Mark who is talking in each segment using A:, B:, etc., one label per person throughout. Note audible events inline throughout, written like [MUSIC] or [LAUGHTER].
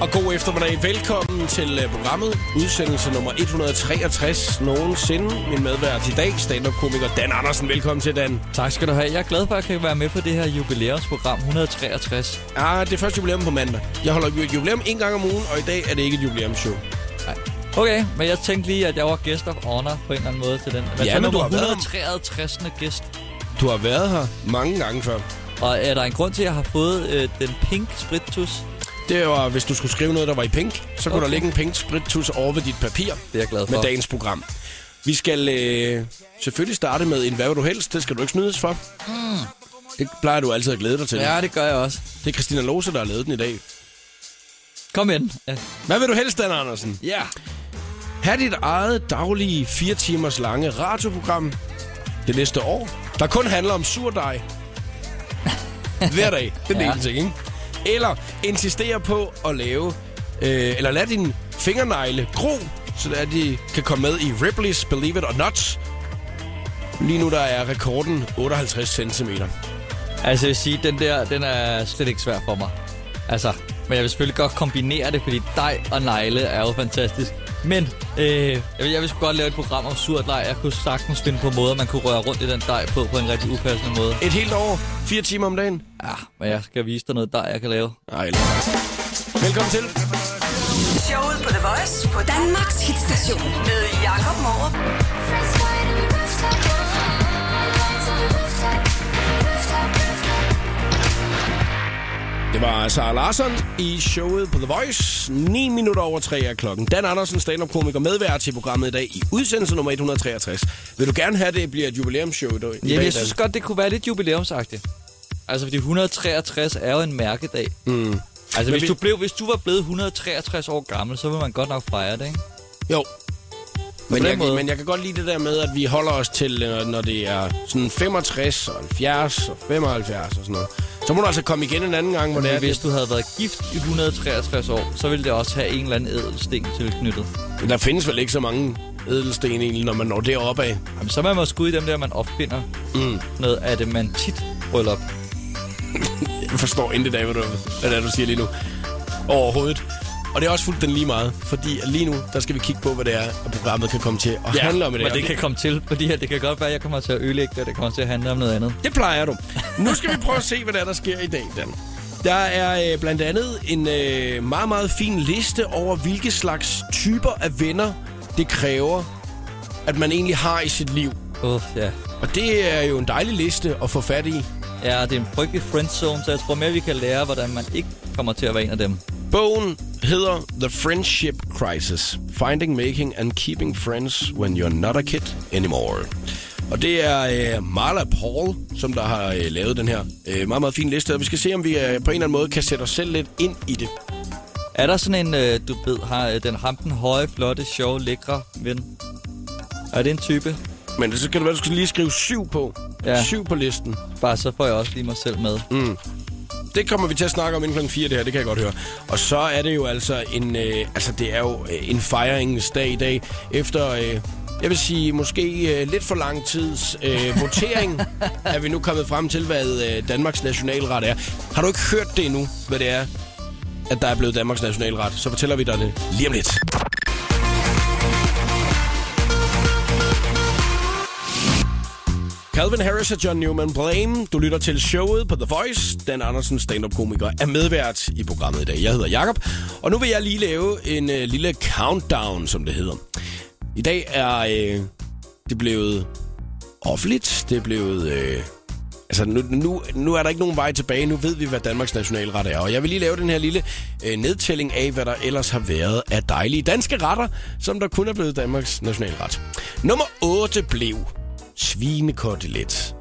A: og god eftermiddag. Velkommen til øh, programmet. Udsendelse nummer 163 nogensinde. Min medvært i dag, stand-up-komiker Dan Andersen. Velkommen til, Dan.
B: Tak skal du have. Jeg er glad for, at jeg kan være med på det her jubilæumsprogram 163.
A: Ah, det er første jubilæum på mandag. Jeg holder ju- jubilæum en gang om ugen, og i dag er det ikke et jubilæumsshow.
B: Ej. Okay, men jeg tænkte lige, at jeg var guest of honor på en eller anden måde til den. Men
A: Ja,
B: så
A: men du
B: nummer
A: har været-
B: 163. gæst.
A: Du har været her mange gange før.
B: Og er der en grund til, at jeg har fået øh, den pink spritus?
A: Det var, hvis du skulle skrive noget, der var i pink, så kunne okay. der
B: Okay.
A: ligge en pink sprittus over ved dit papir
B: Det er jeg glad for.
A: med dagens program. Vi skal øh, selvfølgelig starte med en hvad vil du helst. Det skal du ikke snydes for. Mm. Det plejer du altid at glæde dig til.
B: Ja, det gør jeg også.
A: Det er Christina Lose, der har lavet den i dag.
B: Kom ind. Ja.
A: Hvad vil du helst, Dan Andersen?
B: ja.
A: Ha' dit eget daglige 4 timers lange radioprogram det næste år, der kun handler om surdej. Hver dag. Det er den
B: Ja.
A: ene ting, ikke? Eller insistere på at lave... Øh, eller lad din fingernegle gro, så at de kan komme med i Ripley's Believe It or Not. Lige nu der er rekorden 58 cm.
B: Altså, jeg vil sige, den der, den er slet ikke svær for mig. Altså, men jeg vil selvfølgelig godt kombinere det, fordi dej og negle er jo fantastisk. Men øh, jeg, vil, jeg vil sgu godt lave et program om surt dej. Jeg kunne sagtens finde på måder, man kunne røre rundt i den dej på, på en rigtig upassende måde.
A: Et helt år, 4 timer om dagen.
B: Ja, men jeg skal vise dig noget dej, jeg kan lave.
A: Ej, Velkommen til.
C: Showet på The Voice på Danmarks hitstation med Jakob Morup.
D: Friends fight on the rooftop. Lights on the rooftop. Rooftop, rooftop.
A: Det var Sara Larsson i showet på The Voice. 9 minutter over 3 er klokken. Dan Andersen, stand-up-komiker, medvært til programmet i dag i udsendelse nummer 163. Vil du gerne have, at det bliver et jubilæumsshow i dag?
B: Ja,
A: Dan?
B: jeg synes godt, det kunne være lidt jubilæumsagtigt. Altså, fordi 163 er jo en mærkedag. Mm. Altså, hvis,
A: vi-
B: vi... du blev, hvis du var blevet 163 år gammel, så ville man godt nok fejre det, ikke?
A: Jo. Men
B: den
A: jeg,
B: måde.
A: men jeg kan godt lide det der med, at vi holder os til, øh, når det er sådan 65 og 70 og 75 og sådan noget. Så må du altså komme igen en anden gang, hvor det er.
B: Men
A: det-
B: hvis du havde været gift i 163 år, så ville det også have en eller anden ædelsten tilknyttet.
A: Men Der findes vel ikke så mange edelsten egentlig, når man når deroppe af.
B: Jamen, så er man måske ude i dem der, man opfinder mm. noget af det, man tit ruller op.
A: Jeg forstår intet af, hvad, du, hvad det er, du siger lige nu. Overhovedet. Og det er også fuldt den lige meget, fordi at lige nu, der skal vi kigge på, hvad det er, at programmet kan komme til at handle om i dag.
B: men det kan komme til, fordi at det kan godt være, at jeg kommer til at ødelægge det, og det kommer til at handle om noget andet.
A: det plejer du. Nu skal vi prøve at se, hvad det er, der sker i dag, Dan. Der er øh, blandt andet en øh, meget, meget fin liste over, hvilke slags typer af venner, det kræver, at man egentlig har i sit liv.
B: Uff, ja.
A: Og det er jo en dejlig liste at få fat i.
B: Ja, det er en frygtelig friendzone, så jeg tror mere, vi kan lære, hvordan man ikke kommer til at være en af dem.
A: Bogen hedder The Friendship Crisis. Finding, making and keeping friends when you're not a kid anymore. Og det er øh, Marla Paul, som der har øh, lavet den her øh, meget, meget fin liste. Og vi skal se, om vi øh, på en eller anden måde kan sætte os selv lidt ind i det.
B: Er der sådan en, øh, du ved, har øh, den ham den høje, flotte, sjove, lækre ven? Er det en type?
A: Men så skal du, være, du skal lige skrive syv på. Ja.
B: Ja.
A: Syv på listen.
B: Bare så får jeg også lige mig selv med. Mm.
A: Det kommer vi til at snakke om inden klokken 4, det her, det kan jeg godt høre. Og så er det jo altså en, øh, altså det er jo øh, en fejringens dag i dag, efter, øh, jeg vil sige, måske øh, lidt for lang tids øh, votering, er vi nu kommet frem til, hvad øh, Danmarks nationalret er. Har du ikke hørt det endnu, hvad det er, at der er blevet Danmarks nationalret? Så fortæller vi dig det lige om lidt. Calvin Harris og John Newman Blame. Du lytter til showet på The Voice. Dan Andersen, stand-up-komiker, er medvært i programmet i dag. Jeg hedder Jakob, og nu vil jeg lige lave en øh, lille countdown, som det hedder. I dag er øh, det blevet offentligt. Det er blevet... Øh, altså, nu, nu, nu er der ikke nogen vej tilbage. Nu ved vi, hvad Danmarks nationalret er. Og jeg vil lige lave den her lille øh, nedtælling af, hvad der ellers har været af dejlige danske retter, som der kun er blevet Danmarks nationalret. Nummer 8 blev svinekotelet.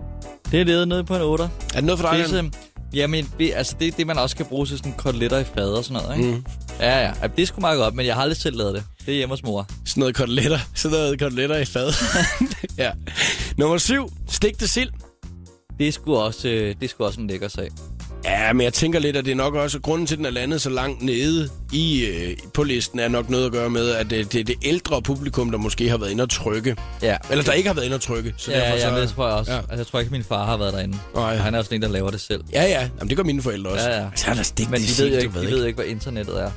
B: Det er ledet nede på en 8'er.
A: Er det noget for dig?
B: Det er
A: Jan?
B: sådan, jamen, det, altså, det er det, man også kan bruge til sådan koteletter i fad og sådan noget, ikke? Mm. Ja, ja. Altså, det er sgu meget godt, men jeg har aldrig selv lavet det. Det er hjemme hos mor.
A: Sådan noget koteletter. Sådan noget koteletter i fad. ja. Nummer 7. Stegte sild.
B: Det er sgu også, øh, det er sgu også en lækker sag.
A: Ja, men jeg tænker lidt, at det er nok også grunden til, at den er landet så langt nede i, øh, på listen, er nok noget at gøre med, at øh, det, det er det ældre publikum, der måske har været inde og trykke.
B: Ja.
A: Eller der ikke har været inde og trykke. Så
B: Ja,
A: derfor
B: ja,
A: så...
B: jamen, det tror jeg også.
A: Ja.
B: Ja. Altså, jeg tror ikke, min far har været derinde.
A: Nej.
B: Han er også en, der laver det selv.
A: Ja, ja. Jamen, det gør mine forældre også.
B: Ja, ja.
A: Så er der stigt
B: Men de
A: sild,
B: ved, jo
A: du
B: ikke, de
A: ved
B: ved jo ikke, hvad internettet er.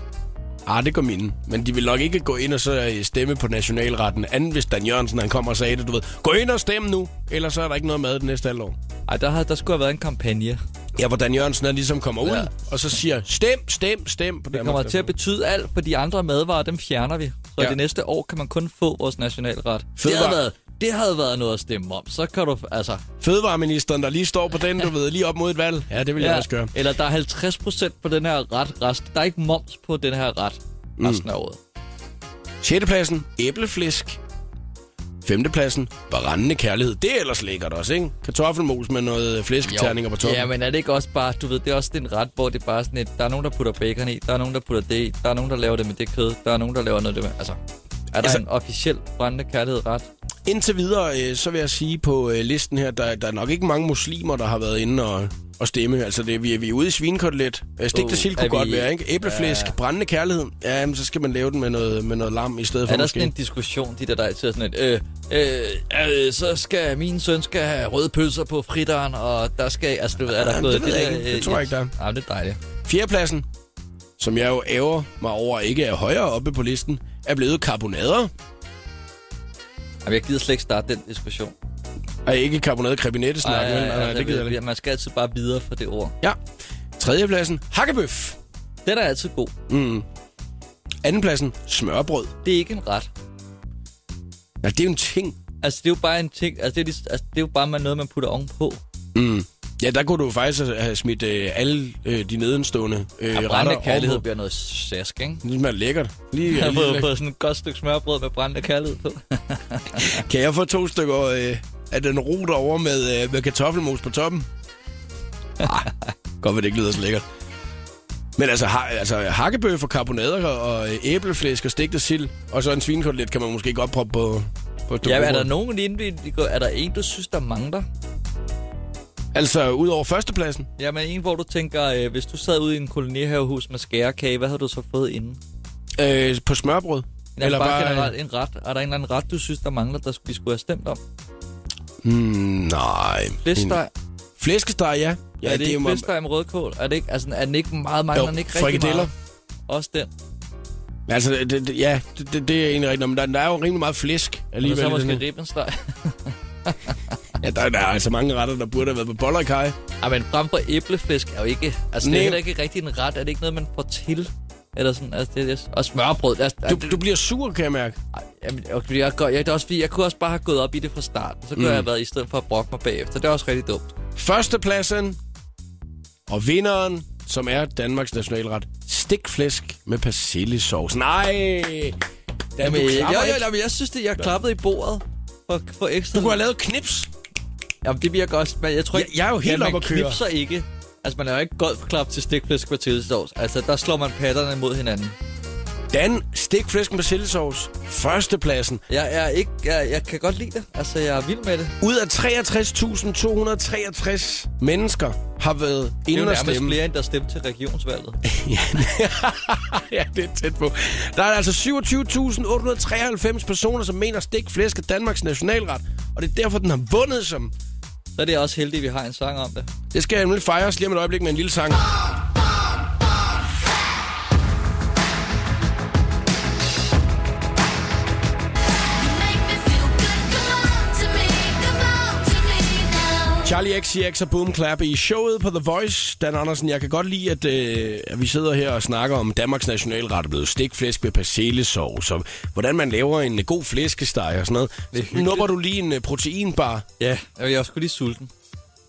A: Ah, det går mine. Men de vil nok ikke gå ind og så øh, stemme på nationalretten, anden hvis Dan Jørgensen han kommer og sagde det, du ved. Gå ind og stem nu, ellers så er der ikke noget mad det næste halvår.
B: Ej, der, havde, der skulle have været en kampagne.
A: Ja, hvor Dan Jørgensen han ligesom kommer ud,
B: Ja.
A: og så siger, stem, stem, stem på
B: Det kommer
A: Danmarks
B: til at betyde alt, for de andre madvarer, dem fjerner vi. Så
A: Ja.
B: ja. det næste år kan man kun få vores nationalret. Det
A: Fødevare-
B: havde, været, det havde været noget at stemme om. Så kan du, altså...
A: Fødevareministeren, der lige står på den, du ved, lige op mod et valg. Ja, det vil ja. jeg også gøre.
B: Eller der er 50 procent på den her ret. Rest. Der er ikke moms på den her ret
A: Mm.
B: resten af året.
A: 6. pladsen, æbleflæsk. 5. pladsen, barandende kærlighed. Det er ellers lækkert også, ikke? Kartoffelmos med noget flæsketerninger på toppen.
B: Ja, men er det ikke også bare, du ved, det er også den ret, hvor det er bare sådan et, der er nogen, der putter bacon i, der er nogen, der putter det i, der er nogen, der laver det med det kød, der er nogen, der laver noget af det med, altså... Er der
A: Altså-
B: altså, en officiel brændende kærlighed ret?
A: Indtil videre, øh, så vil jeg sige på øh, listen her, der, der er nok ikke mange muslimer, der har været inde og, og stemme. Altså, det, vi, er- vi er ude i svinekotelet. Øh, Stigte
B: Uh,
A: sild
B: er
A: kunne
B: vi-
A: godt være, ikke? Æbleflæsk, ja. brændende kærlighed. Ja, jamen, så skal man lave den med noget, med noget lam i stedet for
B: Er der
A: måske.
B: sådan en diskussion, de der der altid er sådan et, øh, øh, øh, så skal min søn skal have røde pølser på fritteren, og der skal, altså du ved, er der
A: Ja,
B: noget...
A: det ved jeg ikke. Det tror jeg ikke, der er.
B: Nej, det er dejligt.
A: Fjerdepladsen, som jeg jo ærger mig over ikke er højere oppe på listen, er blevet karbonader.
B: Jamen, jeg gider slet ikke starte den diskussion.
A: Er ikke karbonade krebinette snak
B: Ej,
A: vel? Nej, nej,
B: altså,
A: det gider jeg
B: vi-
A: ikke.
B: Man skal altid bare videre for det ord.
A: Ja. Tredjepladsen, hakkebøf.
B: Den er altid god.
A: Andenpladsen, smørbrød.
B: Det er ikke en ret.
A: Ja, det er jo en ting.
B: Altså, det er jo bare en ting, altså, det er, lige, altså, det er jo bare man- noget, man putter ovenpå.
A: Ja, der kunne du jo faktisk have smidt øh, alle øh, de nedenstående øh,
B: Ja,
A: retter
B: brændende kærlighed
A: ovenpå.
B: bliver noget sask, ikke?
A: Det smager lækkert. Lige,
B: Jeg
A: ja,
B: har
A: lige,
B: fået, fået sådan et godt stykke smørbrød med brændende kærlighed på.
A: Kan jeg få to stykker øh, af den ro derovre med, øh, med kartoffelmos på toppen? Ah, godt ved det ikke lyder så lækkert. Men altså, ha, altså hakkebøf og karbonader og øh, æbleflæsk og stegte sild, og så en svinekotelet kan man måske godt proppe på... på et stykke
B: ja, men er
A: rugbrød.
B: der nogen inden, vi- vi går- er der en, du synes, der mangler?
A: Altså, ud over førstepladsen.
B: Jamen, en, hvor du tænker, øh, hvis du sad ude i en kolonihavehus med skærekage, hvad havde du så fået inden?
A: Øh, på smørbrød.
B: Jamen, Eller bare, generelt en ret. Er der en eller anden ret, du synes, der mangler, der vi skulle have stemt om?
A: Mm, nej.
B: Flæskesteg?
A: Flæskesteg, ja.
B: Ja, er det, det ikke flæskesteg med rødkål? Er det ikke, altså, er den ikke meget, mangler
A: Jo,
B: den ikke rigtig
A: frikadeller.
B: meget? Også den. Og
A: Altså, det, det, ja, det, det, det er egentlig rigtigt. Men der, der er jo rimelig meget flæsk alligevel.
B: så
A: i den
B: måske
A: her.
B: ribbensteg.
A: Ja, der, der er altså mange retter, der burde have været på boller og kaj.
B: Ej, men [LAUGHS] frem for æbleflæsk er jo ikke... Altså,
A: Nej.
B: det er heller ikke rigtig en ret. Er det ikke noget, man får til? Eller sådan, altså, det, det, og smørbrød. Altså,
A: Du,
B: du, det,
A: du bliver sur, kan jeg mærke.
B: ej, jamen, okay, jeg, gør, jeg, det er også, fordi jeg kunne også bare have gået op i det fra starten. Så kunne mm. jeg have været i stedet for at brokke mig bagefter. Det er også rigtig dumt.
A: Førstepladsen og vinderen, som er Danmarks nationalret. Stikflæsk med persillesauce. Nej! Da,
B: Jamen, øh,
A: du,
B: jeg,
A: klapper
B: jeg,
A: ikke.
B: jeg, jeg synes, det, jeg klappede i bordet for, for ekstra.
A: du kunne have lavet knips.
B: Jamen, det virker også, men jeg tror
A: Jeg-
B: ikke...
A: jeg er jo helt
B: ja, man
A: oppe at køre.
B: knipser ikke. Altså, man er jo ikke golfklap til stikflæsk med tilsovs. Altså, der slår man patterne mod hinanden.
A: Dan, stikflæsk med persillesauce. Førstepladsen.
B: Jeg, er ikke, jeg, jeg kan godt lide det. Altså, jeg er vild med det.
A: Ud af 63.263 mennesker har været
B: Det er
A: inde
B: jo
A: og
B: nærmest
A: stemme.
B: flere, end der stemte til regionsvalget.
A: [LAUGHS] ja, det er tæt på. Der er altså 27.893 personer, som mener stikflæsk er Danmarks nationalret. Og det er derfor, den har vundet som...
B: Så er det også heldigt, at vi har en sang om det.
A: Det skal jeg nemlig fejres lige om et øjeblik med en lille sang. Charlie XCX og Boom Clap i showet på The Voice. Dan Andersen, jeg kan godt lide, at, øh, at vi sidder her og snakker om Danmarks nationalret er blevet stikflæsk med persillesauce, og hvordan man laver en øh, god flæskesteg og sådan noget.
B: Det
A: Så
B: er hyggeligt.
A: Nupper du lige en øh, proteinbar?
B: Ja, jeg er også sgu lige sulten.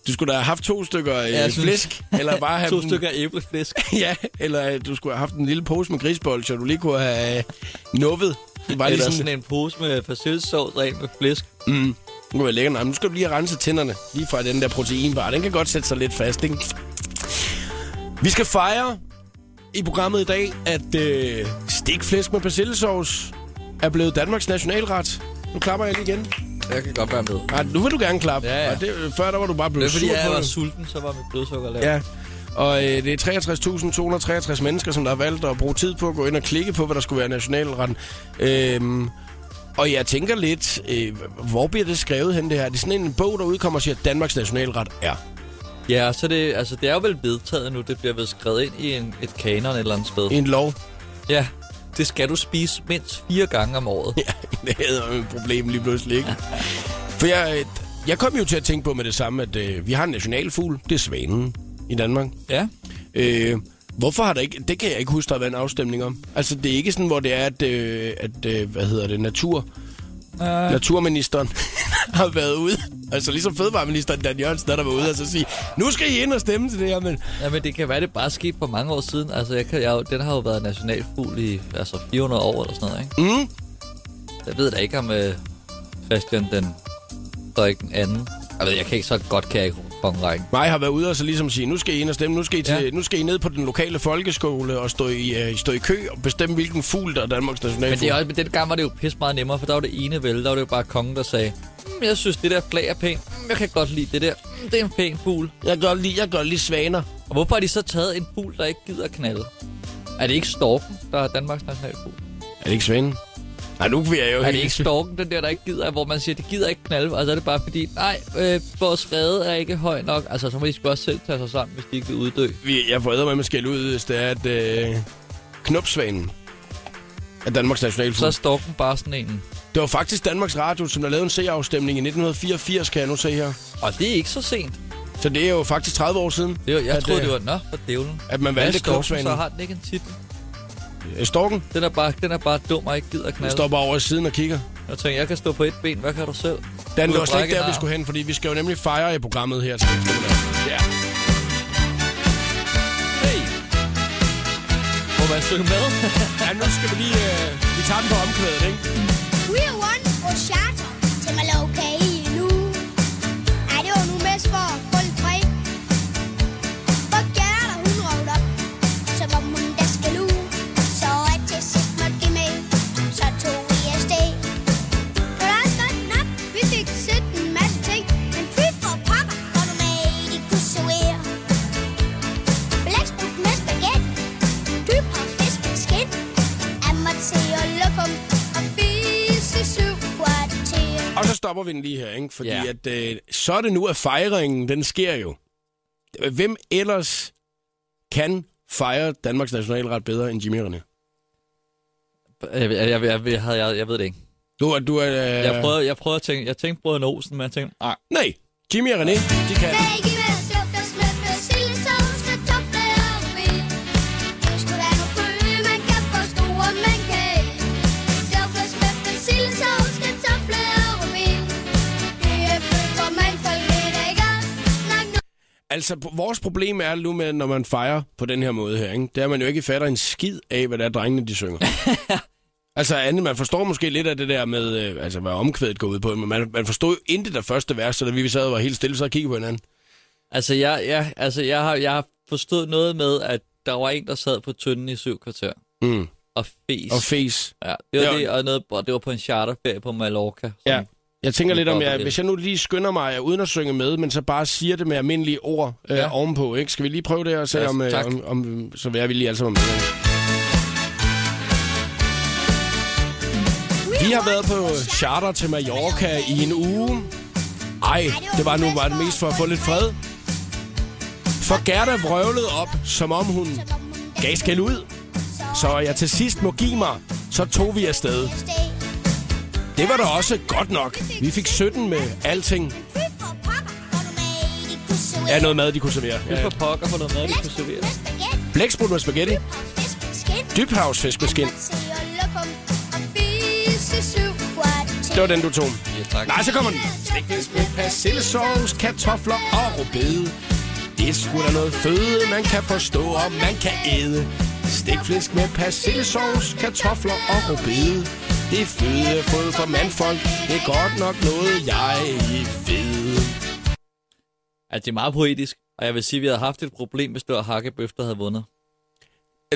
A: Du skulle da have haft to stykker øh,
B: jeg synes-
A: flæsk, eller bare have
B: [LAUGHS] to
A: dem-
B: stykker æbleflæsk.
A: [LAUGHS] Ja, eller øh, du skulle have haft en lille pose med grisbold, så du lige kunne have øh, nuppet. Det var lige
B: Eller
A: sådan,
B: sådan en pose med persillesovs og en med flæsk.
A: det kunne være lækkert. Nej, men Mm. nu skal du lige have renset tænderne, lige fra den der proteinbar. Den kan godt sætte sig lidt fast, ikke? Vi skal fejre i programmet i dag, at øh, stikflæsk med persillesauce er blevet Danmarks nationalret. Nu klapper jeg lige igen.
B: Jeg kan godt være med.
A: Nej, nu vil du gerne klappe.
B: Ja, ja.
A: Og det, øh, før der var du bare
B: Det
A: blevet
B: er fordi,
A: sur
B: jeg
A: på
B: var
A: det.
B: sulten, så var mit blodsukker lavt.
A: Ja, og øh, det er 63.263 mennesker, som der har valgt at bruge tid på at gå ind og klikke på, hvad der skulle være nationalretten. Øhm, og jeg tænker lidt, øh, hvor bliver det skrevet hen det her? Er det sådan en bog, der udkommer og siger, at Danmarks nationalret er?
B: Ja, så det, altså, det er jo vel vedtaget nu. Det bliver vel skrevet ind i en, et kanon et eller andet sted.
A: I en lov? [LAUGHS]
B: Ja, det skal du spise mindst fire gange om året.
A: Ja, det havde et problem lige pludselig, ikke? For jeg, øh, jeg kom jo til at tænke på med det samme, at øh, vi har en nationalfugl, det er svanen i Danmark.
B: Ja.
A: Øh, hvorfor har der ikke... Det kan jeg ikke huske, der har været en afstemning om. Altså, det er ikke sådan, hvor det er, at... Øh, at øh, hvad hedder det? Natur... Uh...
B: Øh.
A: Naturministeren [LAUGHS] har været ude. Altså, ligesom fødevareministeren Dan Jørgensen, der, der var ude og så sige, nu skal I ind og stemme til det her, men...
B: ja, men det kan være, det bare skete for mange år siden. Altså, jeg kan, jeg, er jo- den har jo været nationalfugl i altså 400 år eller sådan noget, ikke?
A: Mm,
B: Jeg ved da ikke om øh, Christian den Frederik den anden. Jeg ved, jeg kan ikke så godt, kan jeg ikke bongrækken.
A: mig har været ude og så ligesom sige, nu skal I ind og stemme, nu skal I, til, ja.
B: Ja.
A: nu skal I ned på den lokale folkeskole og stå i, øh, stå i kø og bestemme, hvilken fugl, der er Danmarks nationalfugl.
B: Men det er også, men den gang var det jo pis meget nemmere, for der var det ene vel, der var det jo bare kongen, der sagde, mm, jeg synes, det der flag er pænt, mm, jeg kan godt lide det der, mm, det er en pæn fugl.
A: Jeg gør lige, jeg gør lige svaner.
B: Og hvorfor har de så taget en fugl, der ikke gider knalde? Er det ikke storken, der er Danmarks nationalfugl?
A: Er det ikke svanen? Nej, nu bliver jeg jo
B: Er det
A: helt-
B: ikke storken, den der, der ikke gider, hvor man siger, det gider ikke knalde, og så er det bare fordi, nej, øh, vores rede er ikke høj nok. Altså, så må de sgu også selv tage sig sammen, hvis de ikke vil uddø.
A: Vi- Jeg får med med skæld ud, hvis det er, at øh, knopsvanen er Danmarks
B: Så er
A: nationalfugl. Så...
B: storken bare sådan en.
A: Det var faktisk Danmarks Radio, som der lavede en C-afstemning i 1984, kan jeg nu se her.
B: Og det er ikke så sent.
A: Så det er jo faktisk 30 år siden,
B: Det var, jeg
A: at,
B: troede,
A: øh,
B: det var, nå, for dævlen.
A: at man
B: Hvad er
A: valgte
B: storken,
A: knopsvanen.
B: så har den ikke en titel.
A: Øh, Storken
B: Den er bare, den er bare dum og ikke gider at knalde.
A: står bare over i siden og kigger.
B: Jeg tænkte, jeg kan stå på et ben. Hvad kan du selv?
A: Dan,
B: Ud
A: det
B: og
A: var slet
B: brække
A: ikke der,
B: en
A: vi
B: arm.
A: skulle hen, fordi vi skal jo nemlig fejre i programmet her. til eftermiddag. Ja.
B: Hey! Må man synge med? [LAUGHS]
A: ja, nu skal vi lige... Øh, vi tager den på omkvædet, ikke?
E: We are one og charter til Mallorca i en uge. Ej, det var nu mest for at få lidt fred. For Gerda, hun råd op, som om hun der skal luge. Så at til sidst måtte give med, så tog vi afsted. Det var også godt nok, vi fik set en masse ting. Men fy for pokker, hvor du med ikke kunne servere. Blæksprudt med spaghetti, dyb og fisk med skind. Amatørlokum og fise syv kvarter.
A: Og så stopper vi den lige her, ikke? Fordi
B: Ja.
A: at, øh, så er det nu, at fejringen, den sker jo. Hvem ellers kan fejre Danmarks nationalret bedre end Jimmy René?
B: jeg, jeg, jeg, jeg, jeg, havde- jeg, jeg, ved det ikke.
A: Du er... Du er øh...
B: Jeg prøvede, jeg prøvede at tænke, jeg tænkte Brødrene Olsen, men jeg tænkte, nej.
A: Nej, Jimmy og René, de kan.
E: Begge med suft og smør med sildesovs med tomflæ og ris. Det skulle da nogle følge, man kan forstå, og man kan ikke. Suft og smør med sildesovs med tomflæ og ris. Det er født for mandfolk, det er da ikke alt. Nok nu
A: Altså, p- vores problem er nu med, når man fejrer på den her måde her, ikke? Det er, at man jo ikke fatter en skid af, hvad der er, drengene de
B: [LAUGHS]
A: synger. altså, andet, man forstår måske lidt af det der med, øh, altså, hvad omkvædet går ud på, men man, man forstod jo intet af første vers, så da vi sad og var helt stille, så kiggede på hinanden.
B: Altså, jeg, jeg, altså, jeg, har, jeg har forstået noget med, at der var en, der sad på tynden i syv kvarter.
A: Mm.
B: Og fes.
A: Og fes.
B: ja, det var
A: Ja.
B: det, og, noget, og det var på en charterferie på Mallorca.
A: Ja. Jeg tænker
B: Det er
A: lidt om,
B: godt,
A: jeg,
B: det er.
A: hvis jeg nu lige skynder mig, øh, uden at synge med, men så bare siger det med almindelige ord øh, ja.
B: Ja.
A: ovenpå, ikke? Skal vi lige prøve det og se,
B: Ja,
A: om, øh,
B: tak.
A: om, om, så vil vi lige alle sammen med. Vi har været på charter til Mallorca i en uge. Ej, det var nu bare det mest for at få lidt fred. For Gerda vrøvlede op, som om hun gav skæld ud. Så jeg til sidst må give mig, så tog vi afsted. Det var da også godt nok. Vi fik 17 med alting.
E: Fy for pokker, hvor du med ikke kunne servere.
A: Ja, noget mad, de kunne servere.
B: Det
A: Ja.
B: for pokker for noget mad, vi kunne servere.
E: Med spaghetti
A: Blæksprut med spaghetti.
E: og fisk med skind.
A: Dybhavsfisk med skind.
E: Amatørlokum og fise syv kvarter.
A: Det var den, du tog.
B: Ja, tak.
A: Nej, så kommer den. Stikfisk med persillesauce, kartofler og rødbede. Det er sgu da noget føde, man kan forstå, og man kan æde. Stikflæsk med persillesauce, kartofler og rødbede. Det er føde fået for mandfolk. Det er godt nok noget, jeg ikke ved.
B: Altså, det er meget poetisk. Og jeg vil sige, at vi havde haft et problem, hvis det var hakkebøf, der havde vundet.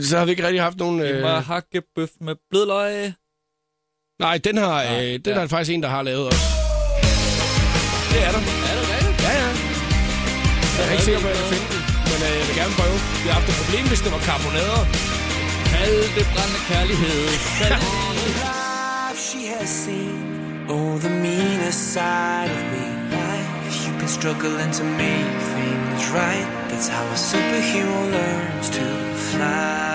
A: Så har vi ikke rigtig haft nogen...
B: Øh. Det var hakkebøf med blødløg.
A: Nej, den har, øh, den
B: ja.
A: er der faktisk en, der har lavet også. Det er der.
B: Er det rigtigt?
A: Ja, ja. Jeg er ikke sikker på, at jeg kan finde den, men øh, jeg vil gerne prøve. Vi har haft et problem, hvis det var karbonader.
B: Kald det brændende kærlighed. Kald det
F: life she has seen oh the meaner side of me why you've been struggling to make things right that's how a superhero learns to fly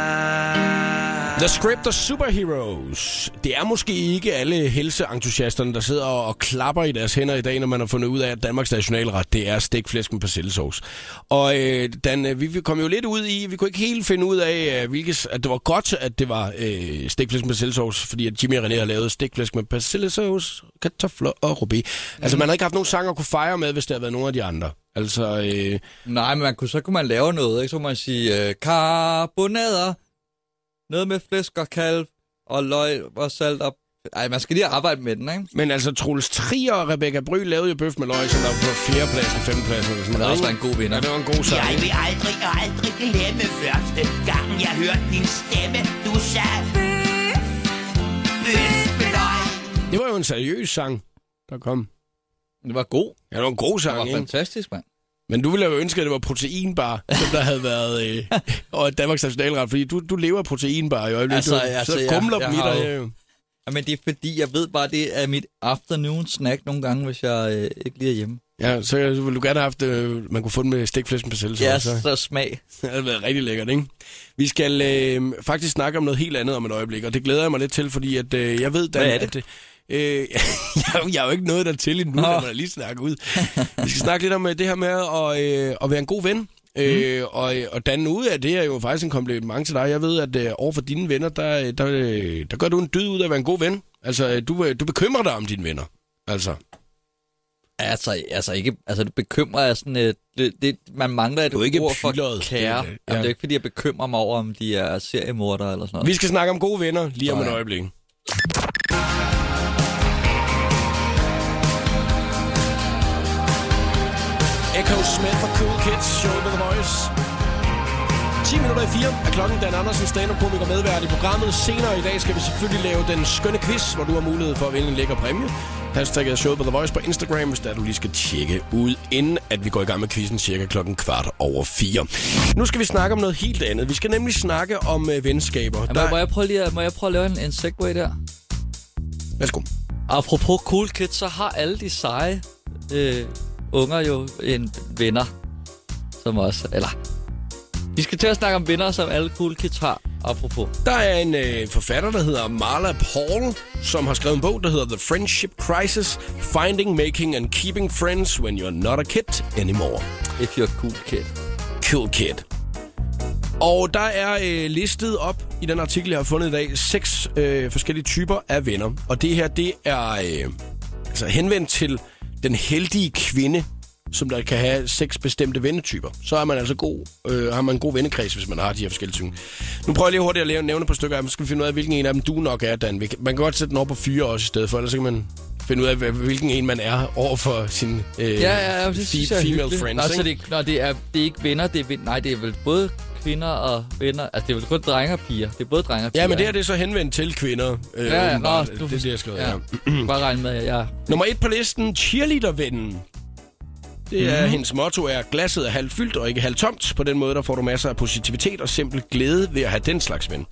A: The Script og Superheroes. Det er måske ikke alle helseentusiasterne, der sidder og klapper i deres hænder i dag, når man har fundet ud af, at Danmarks nationalret, det er stikflæsken på sillesauce. Og øh, Dan, øh, vi vi kom jo lidt ud i, vi kunne ikke helt finde ud af, øh, hvilket, at det var godt, at det var øh, stikflæsken på sillesauce, fordi at Jimmy og René har lavet stikflæsken med persillesauce, kartofler og rubé. Altså, man havde ikke haft nogen sang at kunne fejre med, hvis det havde været nogen af de andre. Altså, øh,
B: Nej, men man kunne, så kunne man lave noget, ikke? Så kunne man sige, øh, karbonader, noget med flæsk og kalv, og løg og salt op. Ej, man skal lige arbejde med den, ikke?
A: men altså, Troels Trier og Rebecca Bry lavede jo bøf med løg, som der var på fjerdepladsen, femtepladsen. eller sådan
B: Det er
A: noget,
B: også
A: ikke?
B: en god vinder.
A: Ja, det var en god sang.
G: Jeg vil aldrig og aldrig glemme første gang, jeg hørte din stemme. Du sagde, bøf, bøf med løg.
A: Det var jo en seriøs sang, der kom.
B: Det var god.
A: Ja, det var en god
B: Det var
A: sang, ikke?
B: fantastisk, mand.
A: Men du ville have ønsket, at det var proteinbar, som der havde været øh,
B: [LAUGHS]
A: og Danmarks nationalret, fordi du, du lever af proteinbar i øjeblikket.
B: Altså,
A: du,
B: altså,
A: så
B: jeg-
A: kumler
B: jeg
A: dem i
B: har
A: dig.
B: jo-
A: øh.
B: Jamen, det er fordi, jeg ved bare, det er mit afternoon snack nogle gange, hvis jeg øh, ikke lige er hjemme.
A: Ja, så ville du gerne have haft, øh, man kunne få den med stikflæsken på selv.
B: Ja,
A: så.
B: så smag.
A: Det havde været rigtig lækkert, ikke? Vi skal øh, faktisk snakke om noget helt andet om et øjeblik, og det glæder jeg mig lidt til, fordi at, øh, jeg ved, Dan,
B: Hvad er det?
A: at... Øh, [LAUGHS] jeg, jeg er jo ikke noget der til endnu, når man lige snakke ud. Vi skal snakke lidt om øh, det her med at, øh, at være en god ven. Øh,
B: Mm.
A: og, og Dan, ud af det er jo faktisk en kompliment til dig. Jeg ved, at øh, over for dine venner, der, øh, der, øh, der gør du en dyd ud af at være en god ven. Altså, øh, du, øh, du bekymrer dig om dine venner. Altså,
B: Altså, altså, ikke, altså det bekymrer jeg sådan, øh, det, det, man mangler et
A: Du er ikke
B: ord for
A: pyldret.
B: kære.
A: Det er det.
B: Jamen,
A: Ja.
B: det er ikke, fordi jeg bekymrer mig over, om de er seriemordere eller sådan noget.
A: vi skal snakke om gode venner lige om et
B: Sådan.
A: øjeblik. Echo Smith og Cool Kids, show med The Voice. 10 minutter i 4 er klokken. Dan Andersen, stand-up-komiker, medvært i programmet. Senere i dag skal vi selvfølgelig lave den skønne quiz, hvor du har mulighed for at vinde en lækker præmie. Hashtag er showet på The Voice på Instagram, hvis der du lige skal tjekke ud, inden at vi går i gang med quizzen cirka klokken kvart over 4. Nu skal vi snakke om noget helt andet. Vi skal nemlig snakke om øh, venskaber.
B: Jamen,
A: Der...
B: må, jeg prøve lige at, må jeg prøve at lave en, en segway der?
A: Værsgo.
B: Apropos cool kids, så har alle de seje øh, unger jo en venner, som også... Eller, vi skal til at snakke om venner, som alle cool kids har, apropos.
A: Der er en øh, forfatter, der hedder Marla Paul, som har skrevet en bog, der hedder The Friendship Crisis. Finding, Making and Keeping Friends When You're Not a Kid Anymore.
B: If you're a cool kid.
A: Cool Kid. Og der er øh, listet op i den artikel, jeg har fundet i dag, seks øh, forskellige typer af venner. Og det her, det er øh, altså henvendt til den heldige kvinde, som der kan have seks bestemte vennetyper. Så er man altså god, øh, har man en god vennekreds, hvis man har de her forskellige ting. Nu prøver jeg lige hurtigt at lave, nævne et par stykker af dem, så skal vi finde ud af, hvilken en af dem du nok er, Dan. Vi kan- Man kan godt sætte den over på fire også i stedet for, ellers så kan man finde ud af, hvad- hvilken en man er over for sin øh,
B: Ja, ja, ja, det synes jeg er
A: female
B: hyggeligt.
A: friends.
B: Nå,
A: ikke?
B: så det, nå, det, er, det er ikke venner, det er, ven- nej, det er vel både kvinder og venner. Altså, det er vel kun drenge og piger. Det er både drenge og piger.
A: Ja, men det her
B: ikke?
A: det er så henvendt til kvinder. Øh,
B: Ja, ja, nå,
A: åbenbart.
B: du
A: det, det, er det, jeg har skrevet, ja.
B: ja. Bare regn med, at jeg...
A: Nummer et på listen, cheerleadervennen. Det
B: Mhm.
A: er, mm. hendes motto er, glasset er halvt fyldt og ikke halvt tomt. På den måde, der får du masser af positivitet og simpel glæde ved at have den slags ven.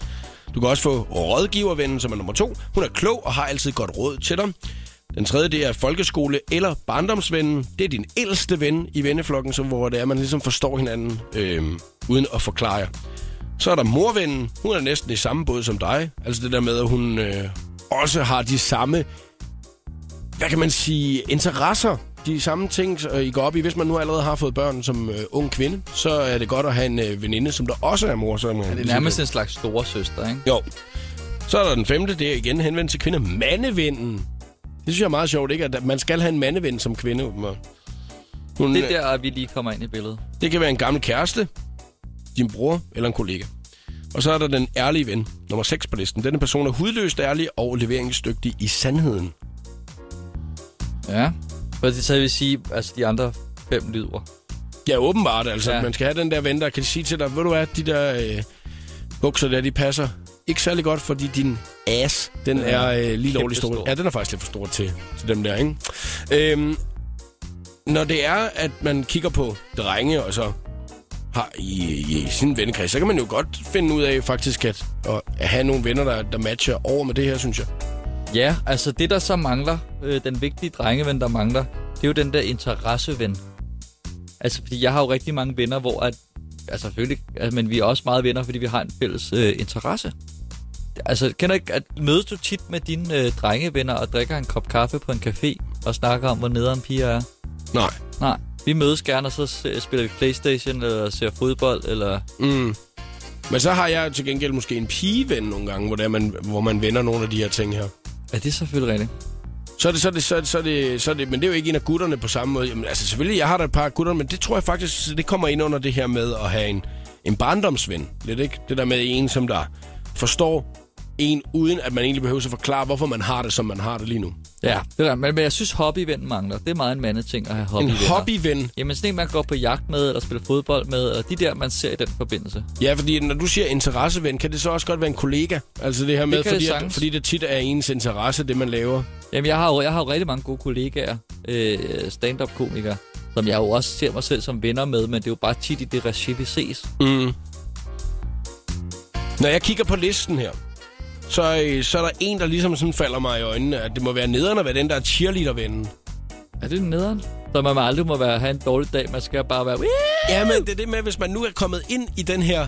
A: Du kan også få rådgivervennen, som er nummer to. Hun er klog og har altid godt råd til dig. Den tredje, det er folkeskole- eller barndomsvennen. Det er din ældste ven i venneflokken, som, hvor det er, man ligesom forstår hinanden, øh, uden at forklare jer. Så er der morvennen. Hun er næsten i samme båd som dig. Altså det der med, at hun øh, også har de samme hvad kan man sige, interesser. De samme ting, øh, I går op i. Hvis man nu allerede har fået børn som øh, ung kvinde, så er det godt at have en øh, veninde, som øh, der også er mor. Så man,
B: Det er nærmest en slags store søster, ikke?
A: Jo. Så er der den femte, det er igen henvendt til kvinder. Mandevinden. Det synes jeg er meget sjovt, ikke? At man skal have en mandeven som kvinde. åbenbart. Hun,
B: Det er der, at vi lige kommer ind i billedet.
A: det kan være en gammel kæreste, din bror eller en kollega. Og så er der den ærlige ven, nummer 6 på listen. Denne person er hudløst ærlig og leveringsdygtig i sandheden.
B: Ja. For det, så vil sige, altså de andre fem lyder.
A: Ja, åbenbart. Altså, ja.
B: Ja.
A: man skal have den der ven, der kan sige til dig, ved du hvad, de der øh, bukser der, de passer ikke særlig godt, fordi din ass, den ja, er øh, lige lovlig stor.
B: kæmpestor.
A: Ja, den er faktisk lidt for stor til, til dem der, ikke? Øhm, når det er, at man kigger på drenge, og så har i, i sin vennekreds, så kan man jo godt finde ud af faktisk at, at have nogle venner, der, der matcher over med det her, synes jeg.
B: Ja, altså det, der så mangler, øh, den vigtige drengeven, der mangler, det er jo den der interesseven. Altså, fordi jeg har jo rigtig mange venner, hvor at, altså selvfølgelig, altså, men vi er også meget venner, fordi vi har en fælles øh, interesse. altså, kender ikke, at mødes du tit med dine øh, drengevenner og drikker en kop kaffe på en café og snakker om, hvor nederen piger er?
A: Nej.
B: Nej. Vi mødes gerne, og så se- spiller vi Playstation, eller ser fodbold, eller...
A: Men så har jeg til gengæld måske en pigeven nogle gange, hvor, det er, man, hvor man vender nogle af de her ting her.
B: Ja, det er selvfølgelig rigtigt.
A: Så er det, så er det, så er det, så er det, så er det, men det er jo ikke en af gutterne på samme måde. Jamen, altså selvfølgelig, jeg har da et par af gutterne, men det tror jeg faktisk, det kommer ind under det her med at have en, en barndomsven. Lidt, ikke? Det der med en, som der forstår en, uden at man egentlig behøver at forklare, hvorfor man har det, som man har det lige nu.
B: Ja, det der. Men, men jeg synes, hobbyven mangler. Det er meget en mandeting at have
A: En
B: hobbyvenner.
A: hobbyven.
B: Jamen sådan en, man går på jagt med, eller spiller fodbold med, og de der, man ser i den forbindelse.
A: Ja, fordi når du siger interesseven, kan det så også godt være en kollega? Altså det her med,
B: kan det
A: fordi, at,
B: sagtens.
A: fordi det tit er ens interesse, det man laver.
B: Jamen, jeg har jo, jeg har jo rigtig mange gode kollegaer, øh, stand-up-komikere, som jeg jo også ser mig selv som venner med, men det er jo bare tit i det regi, vi ses.
A: Når jeg kigger på listen her, så, øh, så er der en, der ligesom sådan falder mig i øjnene, at det må være nederen at være den, der er cheerleadervennen.
B: Er det nederen? Så man må aldrig må være, have en dårlig dag, man skal bare være...
A: Ja, men det er det med, hvis man nu er kommet ind i den her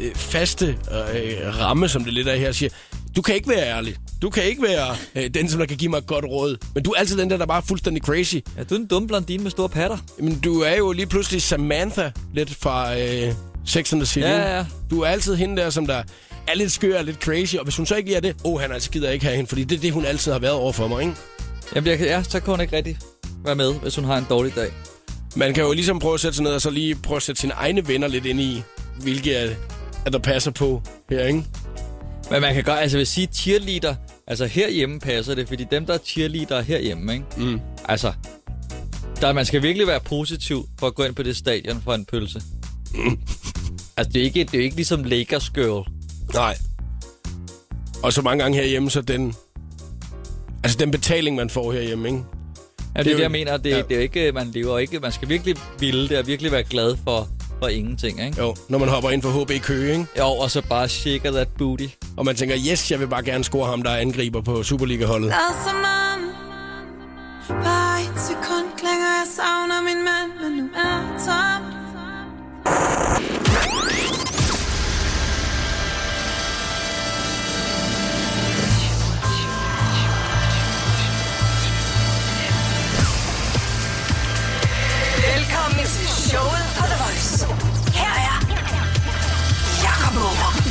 A: øh, faste øh, ramme, som det lidt er her, og siger, du kan ikke være ærlig. Du kan ikke være øh, den, som der kan give mig et godt råd. Men du er altid den der, der bare er fuldstændig crazy.
B: Ja, du er en dum blondine med store patter.
A: Men du er jo lige pludselig Samantha lidt fra øh, Sex and the City.
B: Ja,
A: ikke?
B: ja.
A: Du er altid hende der, som der er lidt skør og lidt crazy. Og hvis hun så ikke lige er det, åh, oh, han altså gider ikke have hende, fordi det er det, hun altid har været over for mig, ikke?
B: Jamen, jeg, kan- ja, så kan hun ikke rigtig være med, hvis hun har en dårlig dag.
A: Man kan jo ligesom prøve at sætte sig ned og så lige prøve at sætte sine egne venner lidt ind i, hvilke er, er der passer på her, ikke?
B: Men man kan godt, altså jeg vil sige cheerleader, altså herhjemme passer det, fordi dem, der er cheerleader herhjemme, ikke? Mm. Altså, der, man skal virkelig være positiv for at gå ind på det stadion for en [LAUGHS] pølse. altså, det er, ikke, det er jo ikke ligesom Lakers girl.
A: Nej. Og så mange gange herhjemme, så den... Altså den betaling, man får herhjemme, ikke? Det
B: Ja, det,
A: er
B: det er
A: jo-
B: det, jeg mener. Det,
A: ja.
B: ja. det er jo ikke, man lever ikke. Man skal virkelig ville det, og virkelig være glad for, for ingenting, ikke?
A: Jo, når man hopper ind for HB Køge, ikke?
B: Jo, og så bare shaker that booty.
A: Og man tænker, yes, jeg vil bare gerne score ham, der er angriber på Superliga-holdet.
H: Der er som om Bare et sekund klinger Jeg savner min mand, men nu er jeg tomt
C: Velkommen til showet på The Voice. Her er Jakob Morup.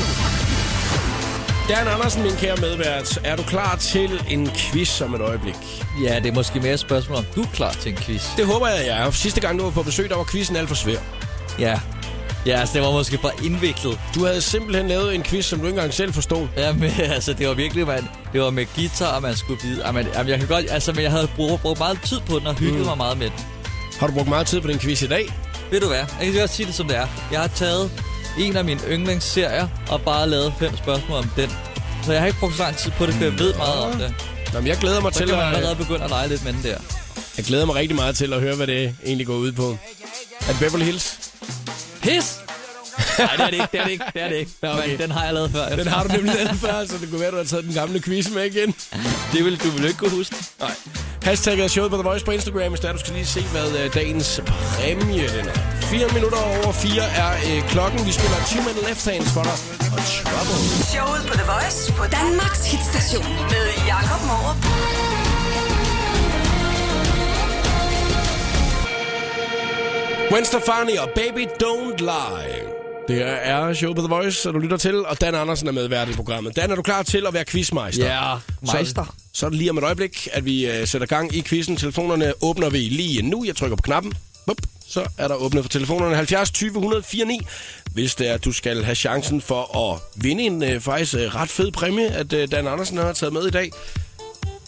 A: Dan Andersen, min kære medvært, er du klar til en quiz om et øjeblik?
B: Ja, det er måske mere et spørgsmål, om du er klar til en quiz.
A: Det håber jeg, jeg er. Sidste gang, du var på besøg, der var quizzen alt for svær.
B: Ja. Ja, altså, det var måske bare indviklet.
A: Du havde simpelthen lavet en quiz, som du ikke engang selv forstod.
B: Jamen, [LAUGHS] altså, det var virkelig, man, det var med guitar, og man skulle vide. Jamen, jamen, jeg kan godt, altså, men jeg havde brugt, brugt meget tid på den, og hygget mm. mig meget med den.
A: Har du brugt meget tid på den quiz i dag?
B: Ved du hvad? Jeg kan godt sige det, som det er. Jeg har taget en af mine yndlingsserier, og bare lavet fem spørgsmål om den. Så jeg har ikke brugt så lang tid på det, for jeg ved meget om det.
A: Nå, men jeg glæder mig
B: Så
A: til
B: kan man
A: at...
B: allerede begynde at lege lidt med den der.
A: Jeg glæder mig rigtig meget til at høre, hvad det egentlig går ud på. At Beverly Hills,
B: Pis! Nej, det er det ikke, det er det ikke, det er det ikke. Okay. [LAUGHS] Men den har jeg lavet før.
A: den har du nemlig lavet før, så det kunne være, du har taget den gamle quiz med igen.
B: Det vil, du vil ikke kunne huske.
A: Nej. Hashtagget er showet på The Voice på Instagram, hvis der er, du skal lige se, hvad øh, dagens præmie den er. 4 minutter over 4 er øh, klokken. Vi spiller 10 minutter left hands for dig. Og trouble.
C: Showet på The Voice på Danmarks hitstation med Jakob Morup.
A: Gwen Stefani og Baby Don't Lie. Det her er showet på The Voice, så du lytter til, og Dan Andersen er medvært i programmet. Dan, er du klar til at være quizmeister?
B: Ja, meister.
A: Så, så er det lige om et øjeblik, at vi øh, sætter gang i quizzen. Telefonerne åbner vi lige nu. Jeg trykker på knappen. Bup. Så er der åbnet for telefonerne 70 20 104 9, hvis det er, at du skal have chancen for at vinde en øh, faktisk øh, ret fed præmie, at øh, Dan Andersen har taget med i dag.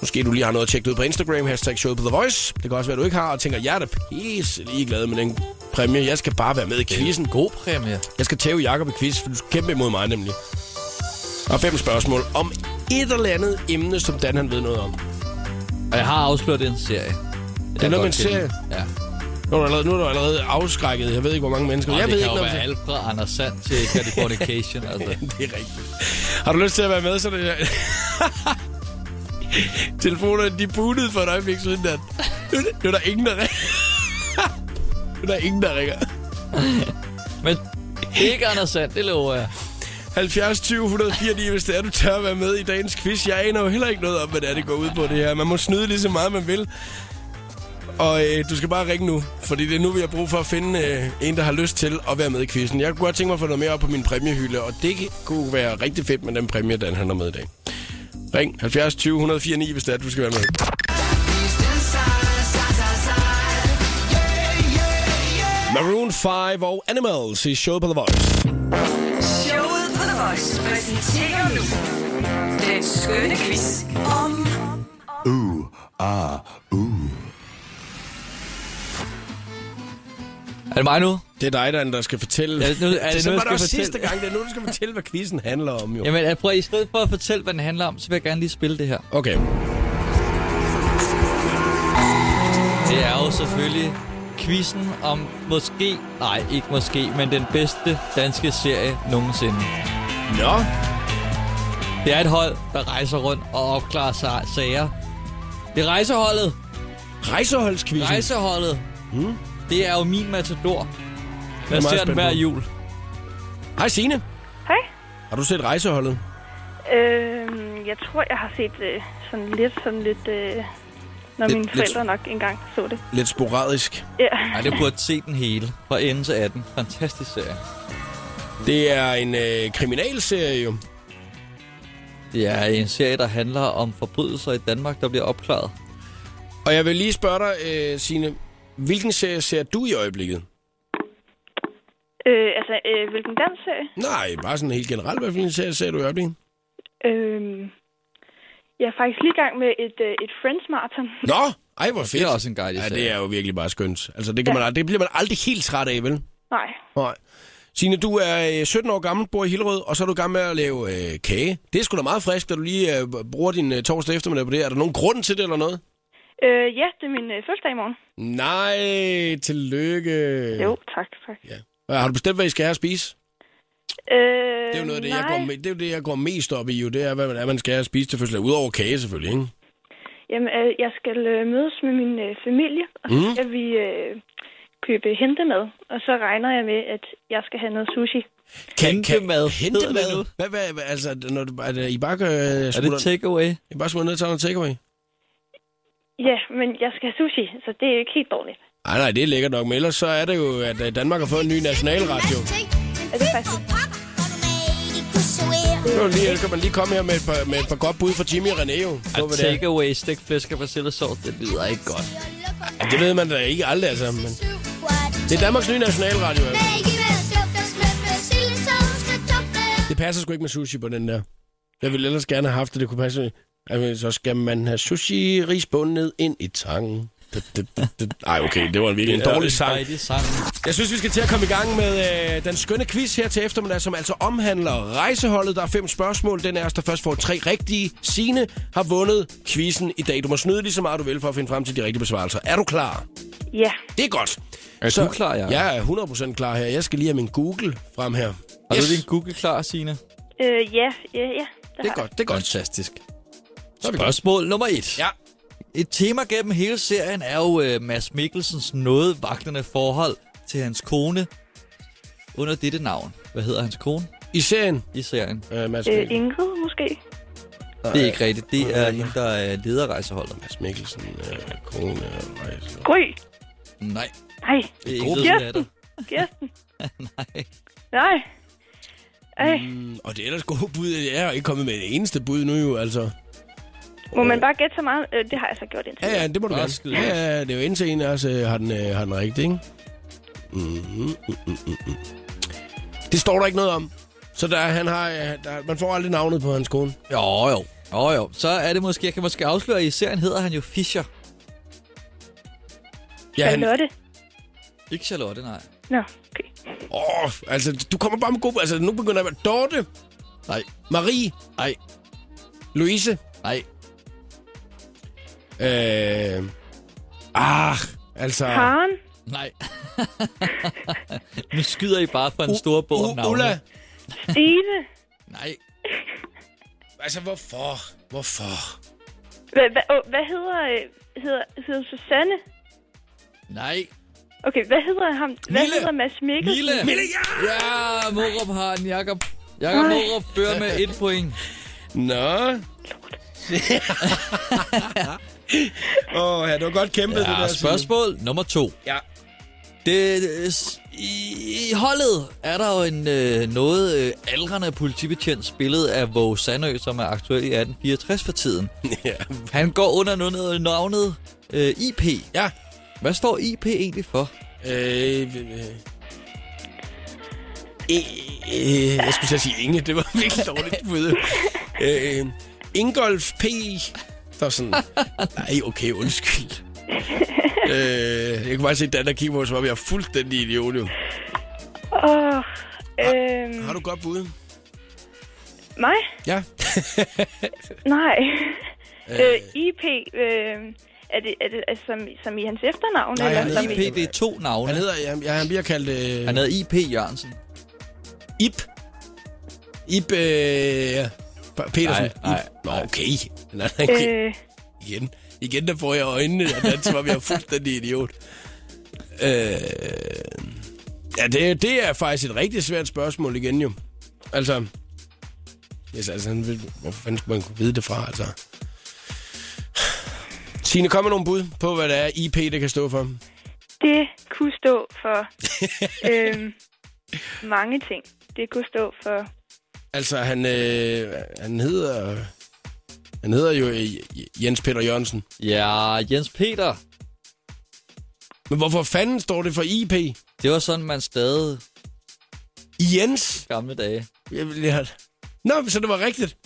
A: Måske du lige har noget tjekket ud på Instagram, hashtag showet på The Voice. Det kan også være, at du ikke har, og tænker, jeg er da pisse ligeglad med den præmie. Jeg skal bare være med i quizzen.
B: God præmie.
A: Jeg skal tæve Jakob i quiz, for du skal kæmpe imod mig nemlig. Og fem spørgsmål om et eller andet emne, som Dan han ved noget om.
B: Og jeg har afsløret det er en serie. Det
A: noget med en serie?
B: Ja.
A: Nu er du allerede, nu er du allerede afskrækket. Jeg ved ikke, hvor mange mennesker.
B: Og
A: jeg
B: det
A: ved
B: kan
A: ikke,
B: jo
A: om
B: være alt fra Anders Sand til Californication. [LAUGHS] altså.
A: [LAUGHS] det er rigtigt. Har du lyst til at være med, så er det... [LAUGHS] Telefonerne, de buttede for et øjeblik siden, at nu, nu er der ingen, der [LAUGHS] ringer. nu er der ingen, der ringer.
B: Men ikke Anders Sand, det lover jeg.
A: 70 20 104 lige, hvis det er, du tør at være med i dagens quiz. Jeg aner jo heller ikke noget om, hvad det er, det går ud på det her. Man må snyde lige så meget, man vil. Og øh, du skal bare ringe nu, fordi det er nu, vi har brug for at finde øh, en, der har lyst til at være med i quizzen. Jeg kunne godt tænke mig at få noget mere op på min præmiehylde, og det kunne være rigtig fedt med den præmie, Dan han har med i dag. Ring 70 20 104 9, hvis det er, du skal være med. Maroon 5 og Animals i showet på The Voice.
C: Showet på The Voice præsenterer nu den skønne quiz om...
B: Er det mig nu?
A: Det er dig, Dan, der skal fortælle.
B: Ja, nu- er det nu, jeg
A: sådan var
B: skal
A: det også
B: fortælle?
A: sidste gang. Det er nu, du skal fortælle, hvad quizzen handler om, jo.
B: Jamen, jeg prøver, i stedet for at fortælle, hvad den handler om, så vil jeg gerne lige spille det her.
A: Okay.
B: Det er jo selvfølgelig quizzen om måske, nej ikke måske, men den bedste danske serie nogensinde.
A: Nå,
B: Det er et hold, der rejser rundt og opklarer sa- sager. Det er rejseholdet.
A: rejseholdsquizzen.
B: Rejseholdet. Mm. Det er jo min matador. Jeg
A: meget
B: ser den
A: spændt
B: hver
A: på.
B: jul.
A: Hej, Signe.
I: Hej.
A: Har du set rejseholdet?
I: Øh, jeg tror, jeg har set øh, sådan lidt, sådan lidt... Øh, når
A: Lidt-
I: mine
A: lidt-
I: forældre nok engang så det.
A: Lidt sporadisk.
I: Ja.
B: Ej, det burde se den hele. Fra ende til 18. Fantastisk serie.
A: Det er en øh, kriminalserie, jo.
B: Det er en serie, der handler om forbrydelser i Danmark, der bliver opklaret.
A: Og jeg vil lige spørge dig, øh, Signe. Hvilken serie ser du i øjeblikket?
I: Øh, altså, øh, hvilken dansserie?
A: Nej, bare sådan helt generelt. Hvad for en serie ser du i øjeblikket?
I: Øh, jeg er faktisk lige i gang med et, øh, et Friends-marathon.
A: Nå, ej, hvor fedt.
B: Det er også en dejlig
A: Ja,
B: serie.
A: det er jo virkelig bare skønt. Altså, det, kan man, ald- det bliver man aldrig helt træt af, vel?
I: [LAUGHS] Nej.
A: Nej. Signe, du er øh, 17 år gammel, bor i Hillerød, og så er du i gang med at lave øh, kage. Det er sgu da meget frisk, at du lige øh, bruger din øh, torsdag eftermiddag på det. Er der nogen grund til det eller noget?
I: Øh, ja, det er min øh, fødselsdag i morgen.
A: Nej, tillykke.
I: Jo, tak, tak.
A: Ja. Hvad, Har du bestemt, hvad I skal have at spise?
I: Øh,
A: Det er jo noget, af det,
I: nej.
A: jeg går, me- det, er jo det, jeg går mest op i, jo. det er, hvad man, er, man skal have at spise til fødselsdag. Udover kage, selvfølgelig, ikke?
I: Jamen, øh, jeg skal øh, mødes med min øh, familie, og så
A: Mm.
I: skal vi øh, købe hentemad. Og så regner jeg med, at jeg skal have noget sushi.
B: Hentemad hedder det
A: Hentemad?
B: nu.
A: Hvad, hvad, hvad, altså, når du, er det, I bare, øh,
B: Er det
A: smutter,
B: takeaway?
A: I bare smutter ned og tager noget takeaway?
I: Ja, men jeg skal have sushi, så det er jo ikke helt dårligt.
A: Nej, nej, det er lækkert nok, men ellers så er det jo, at øh, Danmark har fået en ny nationalradio.
I: Er det faktisk
A: Det var lige, så kan man lige komme her med et par, med et par godt bud fra Jimmy og René, jo. Så
B: At
A: hvad det, er.
B: takeaway, stegt flæsk og persillesovs, det lyder ikke godt.
A: Ja, det ved man da ikke aldrig, altså. Men det er Danmarks nye nationalradio, altså. Det passer sgu ikke med sushi på den der. Jeg ville ellers gerne have haft det, det kunne passe. Altså, så skal man have sushi risbundet ind i tangen. Det, det, det, det. Ej, okay, det var virkelig en dårlig sang.
B: Dejlig sang.
A: Jeg synes, vi skal til at komme i gang med øh, den skønne quiz her til eftermiddag, som altså omhandler rejseholdet. Der er fem spørgsmål. Den er os, der først får tre rigtige. Sine har vundet quizzen i dag. Du må snyde lige så meget, du vil, for at finde frem til de rigtige besvarelser. Er du klar?
I: Ja.
A: Det er godt.
B: Er du klar, Jacob?
A: Jeg er 100% klar her. Jeg skal lige have min Google frem her.
B: Har du din Google klar, Signe?
I: Øh, ja, ja, ja.
A: Det er godt, det er godt.
B: Fantastisk.
A: Så er vi godt.
B: Spørgsmål nummer et.
A: Ja.
B: Et tema gennem hele serien er jo øh, Mads Mikkelsens noget vaklende forhold til hans kone under dette navn. Hvad hedder hans kone
A: I serien,
B: i serien?
A: øh, Mads,
I: Øh,
A: Mikkelsen.
I: Ingrid måske?
A: Øh,
B: Det er ikke rigtigt. Det er hende, der øh, er lederrejseholdet.
A: Mads Mikkelsen, øh, kone og rejse.
I: Gry?
B: Nej,
I: Nej,
B: det er
A: Gruppen.
B: ikke det, der.
A: [LAUGHS]
I: Kirsten?
B: Nej.
I: Nej. Ej,
A: Mm, Og det er ellers gode bud. Jeg er jo ikke kommet med et eneste bud nu, jo, altså.
I: må man bare gætte så meget? Øh, det har jeg så gjort indtil.
A: Ja, ja, det må du
B: Bare
A: gerne.
B: skyd
A: Ja,
B: løs.
A: ja, det er jo indtil en af os øh, har den, øh, har den rigtig, ikke? Mm, mm, mm, mm, mm. Det står der ikke noget om. Så der, han har, øh, der, man får aldrig navnet på hans kone.
B: Jo, jo. Jo, jo. Så er det måske, jeg kan måske afsløre, at i serien hedder han jo Fischer.
A: Ja, han,
I: Charlotte?
B: Ikke Charlotte, nej.
I: Nå, okay.
A: åh, altså, du kommer bare med gode... Altså, nu begynder jeg... Dorte,
B: Nej,
A: Marie,
B: nej,
A: Louise.
B: nej.
A: Øh, ah, altså...
I: Karen?
B: Nej. [LAUGHS] nu skyder I bare fra en stor
A: U-
B: bog om navnet.
A: Ulla.
I: Stine?
B: Nej.
A: Altså, hvorfor? Hvorfor?
I: Hvad, hvad, åh, hvad hedder, øh, hedder, hedder Susanne?
B: Nej.
I: Okay, hvad hedder ham? Hvad
A: Mille.
I: hedder Mads Mikkelsen?
B: Mille.
A: Mille, ja!
B: Ja, Morup har en Jakob. Jakob Norup fører med et point.
A: Nå. [LAUGHS] Åh, oh, ja, det var godt kæmpet, det der.
B: Ja,
A: Signe.
B: spørgsmål nummer to.
A: Ja.
B: Det, øh, s- i, I holdet er der jo en øh, noget øh, aldrende politibetjent spillet af Våge Sandø, som er aktuel i 1864 for tiden.
A: [LAUGHS] ja.
B: Han går under noget navnet øh, IP.
A: Ja.
B: Hvad står IP egentlig for?
A: Øh, øh, øh. Øh, jeg skulle til at sige Inge, det var virkelig dårligt bud. Øh, Ingolf P. Der er sådan, nej, okay, undskyld. øh, jeg kunne bare se Dan, der kigger på mig, som om jeg er fuldstændig idiot. jo.
I: Åh, øhm,
A: Har du godt bud?
I: mig?
A: Ja.
I: Nej. Øh, IP, øh, er det, er det altså, som, som i hans efternavn?
A: Nej,
I: eller
A: han
I: som
A: hedder
I: i-
B: IP, det er to navne.
A: Han hedder, jeg, jeg, han bliver kaldt øh,
B: Han hedder IP Jørgensen.
A: Ip. Ip øh, P- Petersen.
B: Nej,
A: Ib. Nå,
B: nej,
A: okay. Den er okay.
I: Øh,
A: Igen. Igen, der får jeg øjnene, og den som om jeg er fuldstændig idiot. Øh, ja, det, det er faktisk et rigtig svært spørgsmål igen, jo. Altså, hvis, altså han vil, hvor fanden skulle man kunne vide det fra, altså? Signe, kom med nogle bud på, hvad det er, IP det kan stå for.
I: det kunne stå
A: [LAUGHS]
I: for øh, mange ting. Det kunne stå for...
A: Altså, han, øh, han hedder... Han hedder jo øh, Jens Peter Jørgensen.
B: Ja, Jens Peter.
A: Men hvorfor fanden står det for IP?
B: Det var sådan, man stadig
A: Jens?
B: gamle dage.
A: Jeg vil lige have... Nå, så det var rigtigt.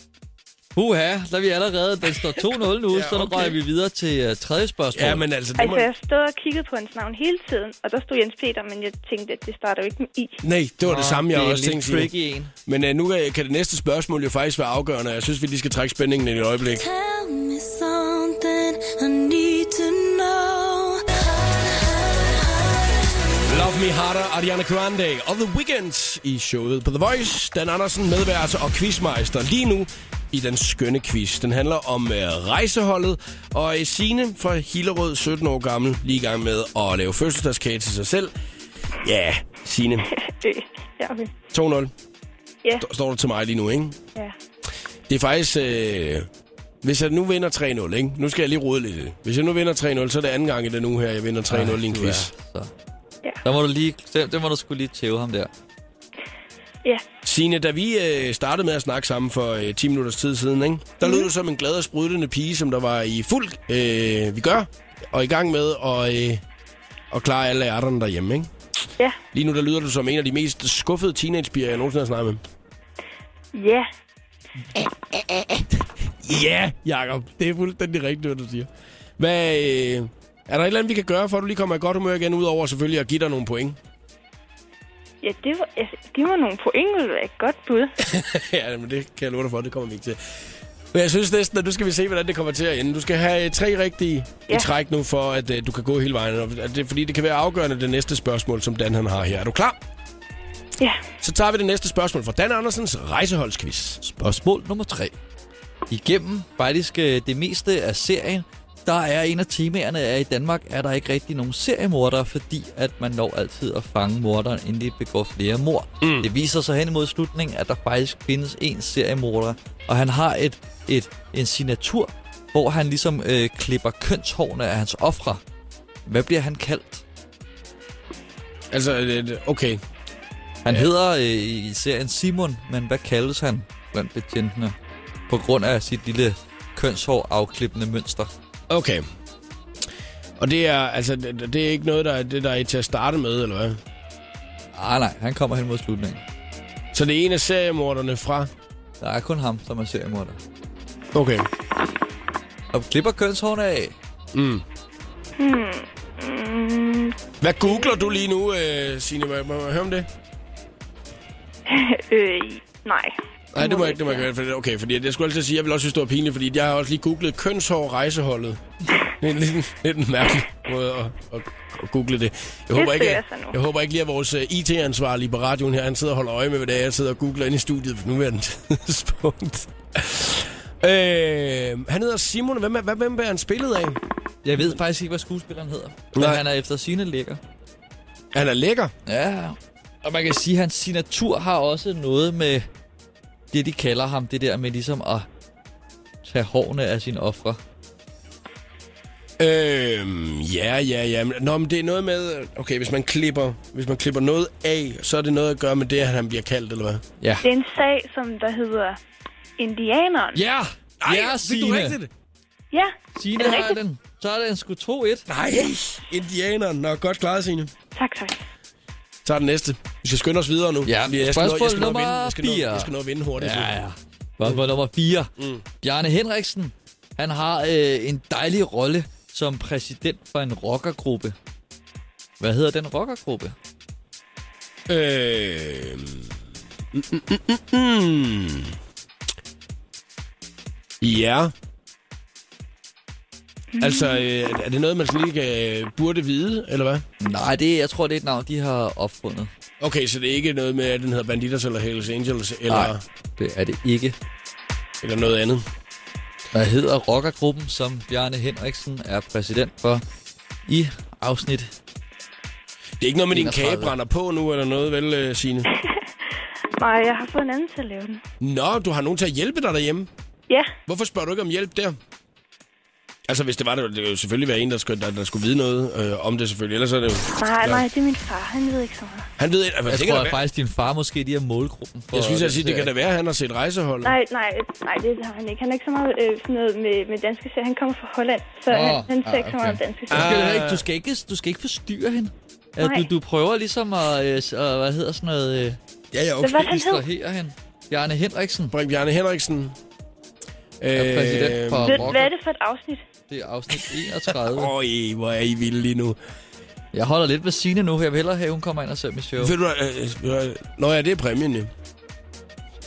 B: Huha, der er vi allerede. Den står 2-0
A: [LAUGHS]
B: nu,
A: Ja,
B: ja, okay. så
A: okay.
B: nu røg vi videre til uh, tredje spørgsmål.
A: Ja, men altså... Det må...
I: Altså, jeg stod og kiggede på hans navn hele tiden, og der stod Jens Peter, men jeg tænkte, at det starter jo ikke med I.
A: Nej, det var det samme, jeg
B: det er
A: også
B: lidt
A: tænkte.
B: tricky
A: Signe.
B: en.
A: Men uh, nu øh, kan det næste spørgsmål jo faktisk være afgørende. og Jeg synes, vi lige skal trække spændingen ind i et øjeblik.
D: Tell me something I need to know.
A: Love Me Harder, Ariana Grande og The Weeknd i showet på The Voice. Dan Andersen, medvært og quizmeister lige nu i den skønne quiz. Den handler om øh, rejseholdet, og øh, Signe fra Hillerød, 17 år gammel, lige i gang med at lave fødselsdagskage til sig selv. Ja, Signe,
I: Øh, ja, okay.
A: 2-0
I: Ja,
A: st- står du til mig lige nu, ikke?
I: ja.
A: Det er faktisk... Øh, hvis jeg nu vinder 3-0, ikke? Nu skal jeg lige rode lidt i det. Hvis jeg nu vinder 3-0, så er det anden gang i den uge her, jeg vinder 3-0 i en
B: Du
A: quiz.
B: er, så.
I: Ja.
B: Der må du lige, det, det må du skulle lige tæve ham der.
I: Ja,
A: Signe, da vi øh, startede med at snakke sammen for øh, 10 minutters tid siden, ikke? der
B: Mhm.
A: lød du som en glad og sprudlende pige, som der var i fuld øh, vi gør, og i gang med at, øh, at klare alle ærterne derhjemme. Ikke?
I: ja,
A: Lige nu der lyder du som en af de mest skuffede teenagepiger, jeg nogensinde har snakket med.
I: ja.
A: Ja, Jacob. Det er fuldstændig rigtigt, hvad du siger. Hvad, øh, er der et eller andet, vi kan gøre, for at du lige kommer i godt humør igen, udover selvfølgelig at give dig nogle point? [LAUGHS]
I: Ja, det var, altså, giv mig nogle point, ville være et godt bud.
A: ja, men det kan jeg love dig for, det kommer vi ikke til. Men jeg synes næsten, at nu skal vi se, hvordan det kommer til at ende. Du skal have øh, tre rigtige ja.
I: Ja.
A: i træk nu, for at øh, du kan gå hele vejen. Og det, fordi det kan være afgørende det næste spørgsmål, som Dan han har her. Er du klar?
I: Ja, [LAUGHS]
A: Så tager vi det næste spørgsmål fra Dan Andersens rejseholdsquiz.
B: Spørgsmål nummer 3. Igennem faktisk øh, det meste af serien, der er en af temaerne er i Danmark, er der ikke rigtig nogen seriemordere, fordi at man når altid at fange morderen, inden de begår flere mord. Mm. Det viser sig hen imod slutningen, at der faktisk findes en seriemorder, og han har et, et, en signatur, hvor han ligesom øh, klipper kønshårene af hans ofre. Hvad bliver han kaldt?
A: Altså, øh, okay.
B: Han ja. hedder øh, i serien Simon, men hvad kaldes han blandt betjentene? På grund af sit lille kønshår afklippende mønster.
A: Okay. Og det er, altså, det, det er ikke noget, der er, det, der er til at starte med, eller hvad?
B: Ah, nej, han kommer hen mod slutningen.
A: Så det er en af seriemorderne fra...
B: Der er kun ham, som er seriemorder.
A: Okay.
B: Og klipper kønshårene af.
A: Hvad googler du lige nu, øh, Signe? Må, må jeg høre om det?
I: øh, nej.
A: Nej, det må jeg ikke, det må jeg ikke. høre, for- Okay, fordi jeg skulle altid sige, at jeg vil også synes, det var pinligt, fordi jeg har også lige googlet kønshår rejseholdet. Det er en lidt, [LAUGHS] lidt en mærkelig måde at, at, at google det. Jeg håber, ikke,
I: søger
A: at,
I: sig nu.
A: jeg håber ikke lige, at vores øh, IT-ansvarlige på radioen her, han sidder og holder øje med, hvad det er, jeg sidder og googler inde i studiet på nuværende [LAUGHS] tidspunkt. Øh, han hedder Simon. Hvem er, hvad- hvem er han spillet af?
B: Jeg ved faktisk ikke, hvad skuespilleren hedder. Men
A: Nej.
B: han er efter sine lækker.
A: Han er lækker.
B: Ja. Og man kan sige, at hans signatur har også noget med det, de kalder ham, det der med ligesom at tage hårene af sine ofre.
A: Øhm, ja, ja, ja. Men- Nå, men det er noget med... Okay, hvis man klipper, hvis man klipper noget af, så er det noget at gøre med det, at han bliver kaldt, eller hvad?
B: Ja.
I: Det er en sag, som der hedder Indianeren.
B: Ja! Ej, ja, Signe.
I: Ja,
B: Signe
I: Er det
B: har
I: rigtigt?
B: den. Så er den sgu 2-1.
A: Nej, indianeren. Nå, godt klaret, Signe.
I: tak, tak.
A: Så er den næste. Vi skal skynde os videre nu.
B: Ja,
A: Fordi jeg skal nå- jeg
B: spørgsmål
A: skal nå at
B: nummer
A: vinde- jeg skal nå-
B: fire.
A: Jeg skal nå at vinde hurtigt.
B: Ja, ja. Spørgsmål nummer 4. Mm. Bjarne Henriksen, han har øh, en dejlig rolle som præsident for en rockergruppe. Hvad hedder den rockergruppe?
A: Øhm... Mm, mm, mm, mm, mm. Øhm. Ja. Altså, øh, er det noget, man sådan ikke øh, burde vide, eller hvad?
B: Nej, det, jeg tror, det er et navn, de har opfundet.
A: Okay, så det er ikke noget med, at den hedder Banditas eller Hells Angels, eller,
B: Nej, det er det ikke.
A: eller noget andet.
B: Hvad hedder rockergruppen, som Bjarne Henriksen er præsident for i afsnit?
A: Det er ikke noget med, din
B: 31.
A: kage brænder på nu, eller noget, vel, øh, Signe?
I: Nej, jeg har fået en anden til at lave den.
A: Nå, du har nogen til at hjælpe dig derhjemme.
I: Ja,
A: Hvorfor spørger du ikke om hjælp der? Altså, hvis det var det, ville det jo selvfølgelig være en, der skulle, der, der skulle vide noget øh, om det selvfølgelig. Ellers er det jo...
I: nej,
A: Nå.
I: nej, det er min far. Han ved ikke så meget.
A: Han ved... Altså,
B: Jeg
A: det kan
B: tror
A: da være-
B: faktisk, din far måske lige er målgruppen. For
A: Jeg synes, jeg
B: den
A: siger, det kan da
B: serie.
A: være, at han har set rejseholdet.
I: Nej, nej, nej, det har han ikke. Han er ikke så meget øh, sådan noget med, med danske serier. Han kommer fra Holland, så
B: Nå,
I: oh, han, han ser
B: ah,
I: ikke så meget
B: okay.
I: om danske
B: Du
I: serier.
B: skal, heller
A: Ah.
B: ikke, du, skal ikke, du skal ikke forstyrre hende. Ja,
I: Nej.
B: Du, du prøver ligesom at, øh, s- at hvad hedder sådan noget, øh,
A: Ja, ja,
I: Hvad var det, han hed?
B: distrahere hende. Bjarne Henriksen
A: Bring Bjarne Henriksen. Øh,
B: er præsident for
I: Ved, hvad er
B: Rocker.
I: det for et afsnit?
B: Det er
A: [LAUGHS]
B: afsnit 31.
A: Øj, hvor er I vilde lige nu.
B: Jeg holder lidt ved Signe nu. Jeg vil hellere have, at hun kommer ind og ser mit show.
A: Ved du, øh, øh, Nå ja, det er præmien, ja.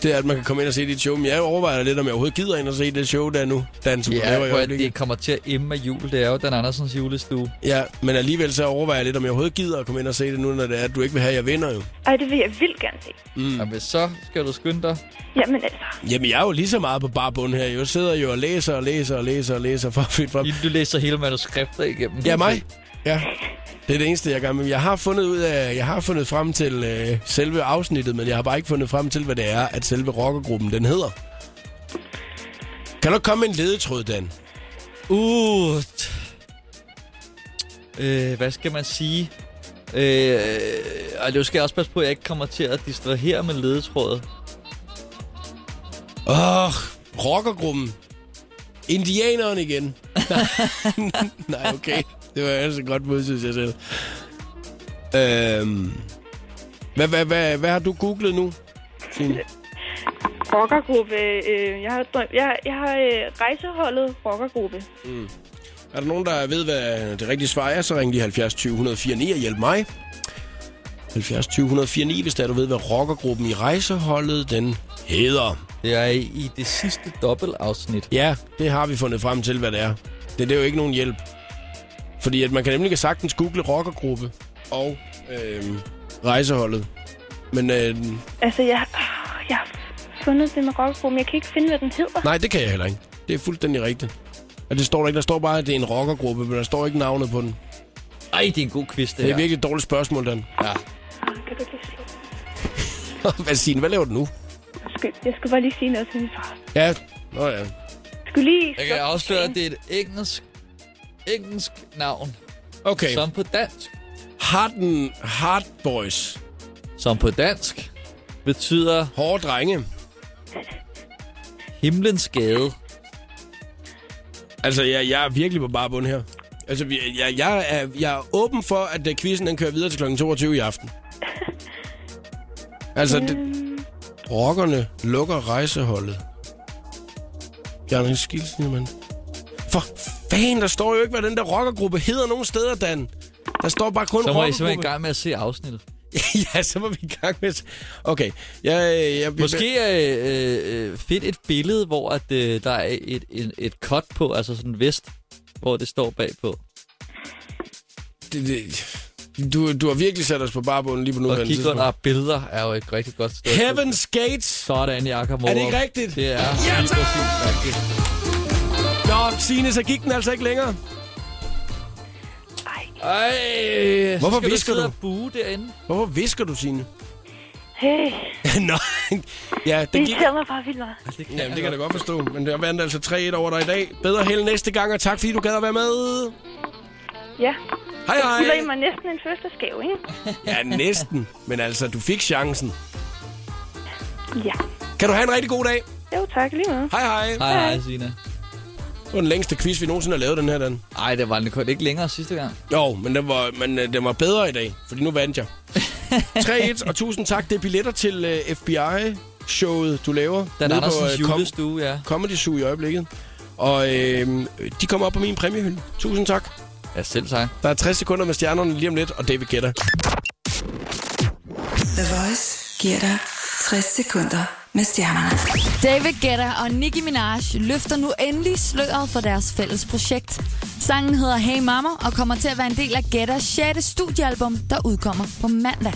A: Det er, at man kan komme ind og se dit show. Men jeg overvejer lidt, om jeg overhovedet gider ind og se det show, der er nu. Dan, som du
B: Ja,
A: laver i
B: prøv at det
A: øjeblikket.
B: kommer til at emme af jul. Det er jo Dan Andersens julestue.
A: Ja, men alligevel så overvejer jeg lidt, om jeg overhovedet gider at komme ind og se det nu, når det er, at du ikke vil have, at jeg vinder jo.
I: Ej, det vil jeg vildt gerne se.
B: Mm. Jamen, så skal du skynde dig.
I: Jamen altså,
A: Jamen, jeg er jo lige så meget på barbund her. Jeg sidder jo og læser og læser og læser og læser for at finde frem.
B: Inden du læser hele manuskriptet igennem.
A: Ja, mig. Ja. Det er det eneste, jeg gør. Men jeg har fundet ud af, jeg har fundet frem til øh, selve afsnittet, men jeg har bare ikke fundet frem til, hvad det er, at selve rockergruppen den hedder. Kan du ikke komme med en ledetråd, Dan?
B: Uh. t- Øh, hvad skal man sige? Øh, og det skal jeg også passe på, at jeg ikke kommer til at distrahere med ledetrådet.
A: Åh, oh, rockergruppen. Indianeren igen. Nej, okay. Det var altså godt mod, synes jeg selv. Øhm, hvad, hvad, hvad, hvad har du googlet nu? Signe?
I: rockergruppe. Øh, jeg har, drøm- jeg, jeg har øh, rejseholdet rockergruppe.
A: Er der nogen, der ved, hvad det rigtige svar er, så ring lige 70 20 104 9 og hjælp mig. 70 20 104 9, hvis der du ved, hvad rockergruppen i rejseholdet, den hedder.
B: Det er i, i det sidste dobbeltafsnit.
A: Ja, det har vi fundet frem til, hvad det er. Det, det er jo ikke nogen hjælp. Fordi at man kan nemlig sagtens google rockergruppe og øh, rejseholdet. Men øh,
I: Altså, jeg, åh, jeg har fundet det med rockergruppen. Jeg kan ikke finde, hvad den hedder.
A: nej, det kan jeg heller ikke. Det er fuldstændig rigtigt. Og det står der ikke. Der står bare, at det er en rockergruppe, men der står ikke navnet på den. Det
B: Ej, det er en god quiz, det,
A: er
B: her.
A: virkelig et dårligt spørgsmål, Dan.
B: Ja.
I: Kan du ikke lige
A: [LAUGHS]
I: slå?
A: hvad, Signe, hvad laver du nu?
I: Undskyld, jeg skulle bare lige sige noget til min far.
A: Ja, nå ja.
I: Skulle lige...
B: Jeg kan afsløre, at det er et engelsk, engelsk navn,
A: Okay.
B: okay. som på dansk.
A: Harden Hard Boys.
B: Som på dansk betyder
A: Hårde drenge.
B: himlens gade.
A: Altså, jeg, jeg er virkelig på bare bund her. Altså, vi- jeg, jeg, er, jeg er åben for, at øh, quizzen den kører videre til kl. 22 i aften. Altså, det, rockerne lukker rejseholdet. Bjarne Skilsen, mand. For fanden, der står jo ikke, hvad den der rockergruppe hedder nogen steder, Dan. Der står bare kun
B: Så må I
A: rockergruppe.
B: simpelthen i gang med at se afsnittet.
A: [LAUGHS] ja, så må vi i gang med... Okay, jeg... jeg, jeg
B: Måske øh, øh, fedt et billede, hvor at, øh, der er et, et, et cut på, altså sådan en vest, hvor det står bagpå.
A: det, det, du, du har virkelig sat os på barbunden lige på
B: Og
A: nuværende
B: kigge
A: tidspunkt.
B: under billeder er jo et rigtig godt sted.
A: Heaven's Gates.
B: Sådan, Jakob
A: Er det
B: Morup.
A: ikke rigtigt?
B: Det er.
A: Ja, tak! Nå, Signe, så gik den altså ikke længere.
I: Ej,
B: Ej, så
A: Hvorfor
B: skal
A: hvisker
B: du? sidde
A: du?
B: og buge derinde?
A: Hvorfor visker du, Signe?
I: Hey,
A: [LAUGHS] Nå, ja, den
I: det
A: gik...
I: irriterer mig bare vildt meget.
A: Jamen, det kan jeg da godt forstå. Men der vandt altså 3-1 over dig i dag. Bedre held næste gang, og tak fordi du gad at være med.
I: Ja.
A: Hej
I: Skylder I
A: hej.
I: mig næsten en fødselsdagsgave, ikke?
A: Ja, næsten. Men altså, du fik chancen.
I: Ja.
A: Kan du have en rigtig god dag.
I: Jo, tak lige meget.
A: Hej hej.
B: Hej, hej, Sina.
A: Det var den længste quiz, vi nogensinde har lavet den her, den.
B: Ej, det var den kun ikke længere sidste gang.
A: Jo, men den var, men, øh, den var bedre i dag, fordi nu vandt [LAUGHS] jeg. 3-1, og tusind tak. Det er billetter til uh, FBI-showet, du laver.
B: Den
A: nede
B: Andersens
A: øh, Com-
B: julestue, ja.
A: Comedy Zoo i øjeblikket. Og øh, de kommer op på min præmiehylde. Tusind tak.
B: Ja, selv tak.
A: Der er 60 sekunder med stjernerne lige om lidt, og David Guetta.
J: The Voice giver dig 60 sekunder med stjernerne.
K: David Guetta og Nicki Minaj løfter nu endelig sløret for deres fælles projekt. Sangen hedder Hey Mama og kommer til at være en del af Guettas 6. studiealbum, der udkommer på mandag.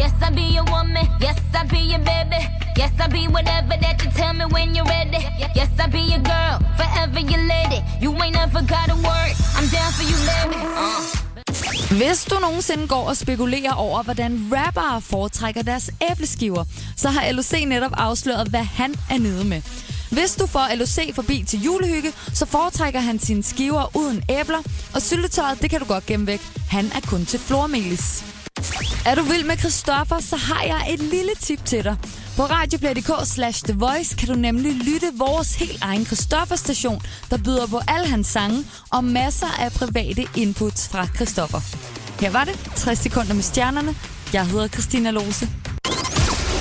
D: Yes, I be your woman. Yes, I be your baby. Yes, I be whatever that you tell me when you're ready. Yes, I be your girl. Forever your lady. You ain't never gotta work. I'm down for you, baby. Uh.
K: Hvis du nogensinde går og spekulerer over, hvordan rappere foretrækker deres æbleskiver, så har LOC netop afsløret, hvad han er nede med. Hvis du får LOC forbi til julehygge, så foretrækker han sine skiver uden æbler, og syltetøjet, det kan du godt gemme væk. Han er kun til flormelis. Er du vild med Christoffer, så har jeg et lille tip til dig. På radioplay.dk slash The Voice kan du nemlig lytte vores helt egen Christoffer-station, der byder på alle hans sange og masser af private inputs fra Christoffer. Her var det 60 sekunder med stjernerne. Jeg hedder Christina Lose.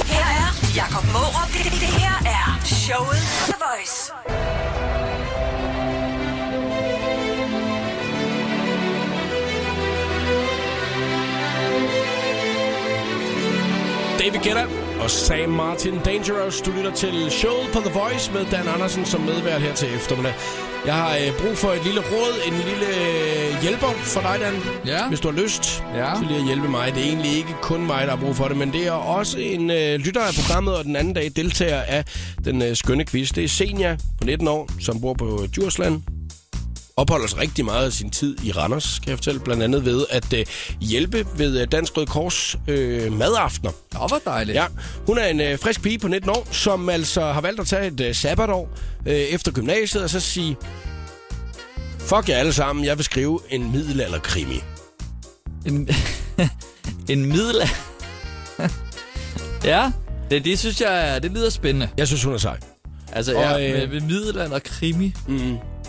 C: Her er Jakob Morup. Det, det, det her er showet på The Voice.
A: David Guetta og Sam Martin Dangerous. Du lytter til showet på The Voice med Dan Andersen som medvært her til eftermiddag. Jeg har øh, brug for et lille råd, en lille øh, hjælper for dig, Dan.
B: Ja.
A: Hvis du har lyst
B: Ja.
A: til lige at hjælpe mig. Det er egentlig ikke kun mig, der har brug for det, men det er også en øh, lytter af programmet, og den anden dag deltager af den øh, skønne quiz. Det er Senja på 19 år, som bor på øh, Djursland opholder sig rigtig meget af sin tid i Randers, kan jeg fortælle, blandt andet ved at øh, hjælpe ved øh, Dansk Røde Kors øh, madaftener.
B: Nå, hvor dejligt.
A: Ja, hun er en øh, frisk pige på 19 år, som altså har valgt at tage et øh, sabbatår øh, efter gymnasiet og så sige, fuck jer alle sammen, jeg vil skrive en middelalderkrimi.
B: En, [LAUGHS] en middel... ja, det, det synes jeg, det lyder spændende.
A: Jeg synes, hun er sej.
B: Altså,
A: Og,
B: ja,
A: øh,
B: med, med middelalder og krimi.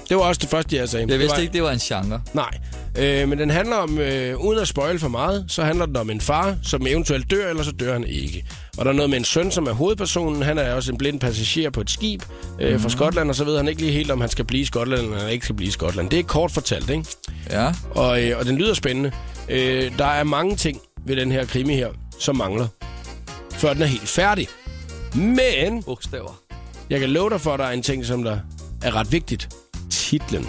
A: Det var også det første, jeg sagde.
B: Jeg
A: Det var-
B: vidste ikke, det var en genre.
A: Nej, øh, men den handler om, øh, uden at spoil for meget, så handler den om en far, som eventuelt dør, eller så dør han ikke. Og der er noget med en søn, som er hovedpersonen. Han er også en blind passager på et skib øh,
B: Mhm.
A: fra Skotland, og så ved han ikke lige helt, om han skal blive i Skotland, eller han ikke skal blive i Skotland. Det er kort fortalt, ikke?
B: Ja.
A: Og, øh, og den lyder spændende. Øh, der er mange ting ved den her krimi her, som mangler, før den er helt færdig. Men
B: Bogstaver.
A: jeg kan love dig for, at der er en ting, som der er ret vigtigt. Titlen.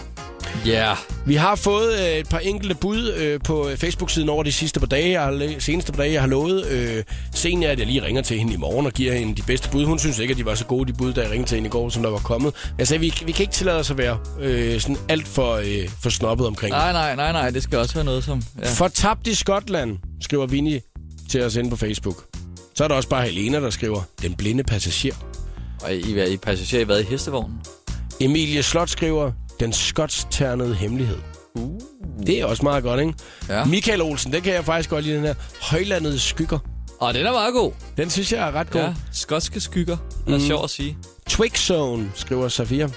B: Ja.
A: Vi har fået øh, et par enkelte bud øh, på Facebook-siden over de sidste par dage. Jeg har, læ- seneste par dage, jeg har lovet øh, Senia, at jeg lige ringer til hende i morgen og giver hende de bedste bud. Hun synes ikke, at de var så gode, de bud, da jeg ringede til hende i går, som der var kommet. Jeg sagde, vi, vi kan ikke tillade os at være øh, sådan alt for, øh, for snobbet omkring.
B: Nej, nej, nej, nej. Det skal også være noget som... Ja.
A: Fortabt i Skotland, skriver Vinnie til os inde på Facebook. Så er der også bare Helena, der skriver, den blinde passager.
B: Og I, I, I passagerer i hvad? I hestevognen?
A: Emilie Slot skriver, den skotsternede hemmelighed. Uh. Det er også meget godt, ikke?
B: Ja.
A: Michael Olsen, den kan jeg faktisk godt lide, den her højlandede skygger.
B: Og den er meget god.
A: Den synes jeg er ret god. Ja.
B: Ja. Skotske skygger. Det er mm. sjovt at sige.
A: Twig Zone, skriver Safia.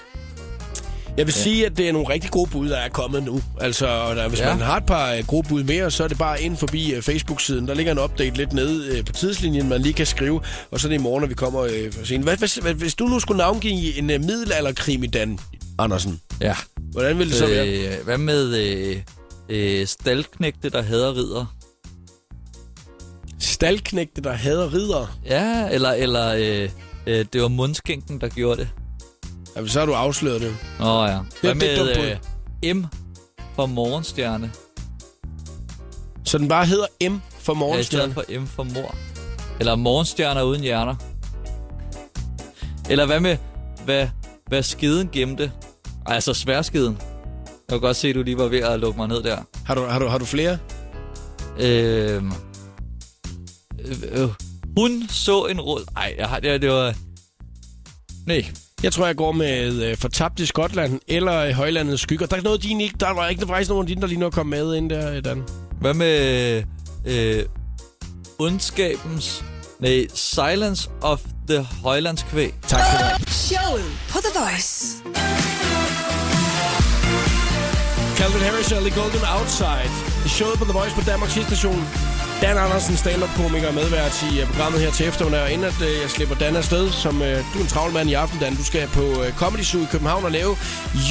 A: Jeg vil ja. sige, at det er nogle rigtig gode bud, der er kommet nu. Altså, og der, hvis ja.
B: Ja.
A: man har et par øh, gode bud mere, så er det bare ind forbi øh, Facebook-siden. Der ligger en update lidt nede øh, på tidslinjen, man lige kan skrive. Og så er det i morgen, når vi kommer øh, for sent. Hvad, hvad, hvad, hvis du nu skulle navngive en øh, middelalderkrim i Dan Andersen,
B: Ja.
A: hvordan ville det så være?
B: Øh, hvad med øh, øh, staldknægte, der hader ridder?
A: Stalknægte, der hader ridere.
B: Ja, eller, eller øh, øh, det var mundskænken, der gjorde det.
A: Jamen, så har du afsløret det.
B: Nå ja. Hvad
A: det er et dumt
B: med øh, M for morgenstjerne?
A: Så den bare hedder M for
B: Ja, i stedet
A: morgenstjerne.
B: for M for mor. Eller morgenstjerner uden hjerner. Eller hvad med, hvad Hvad skeden gemte. Altså sværskeden. Jeg kunne godt se, at du lige var ved at lukke mig ned der.
A: Har du, har du, har du flere?
B: Øhm, øh, øh, hun så en rød... Ej, jeg har, det, det var... Nej.
A: Jeg tror, jeg går med øh, Fortabt i Skotland eller øh, Højlandets Skygger. Der er ikke noget, din ikke... Der var ikke faktisk nogen af dine, der lige nu er kommet med ind der, øh, Dan.
B: Hvad med... Øh, ondskabens... Nej, Silence of the Højlands Kvæg.
A: Tak for det.
J: Showet på The Voice.
A: Calvin Harris og The Golden Outside. I showet på The Voice på Danmarks station. Dan Andersen, stand-up-komiker, er medvært i øh, programmet her til eftermiddag. Og inden at, øh, jeg slipper Dan afsted, som øh, du er en travl mand i aften, Dan. Du skal på øh, Comedy Zoo i København og lave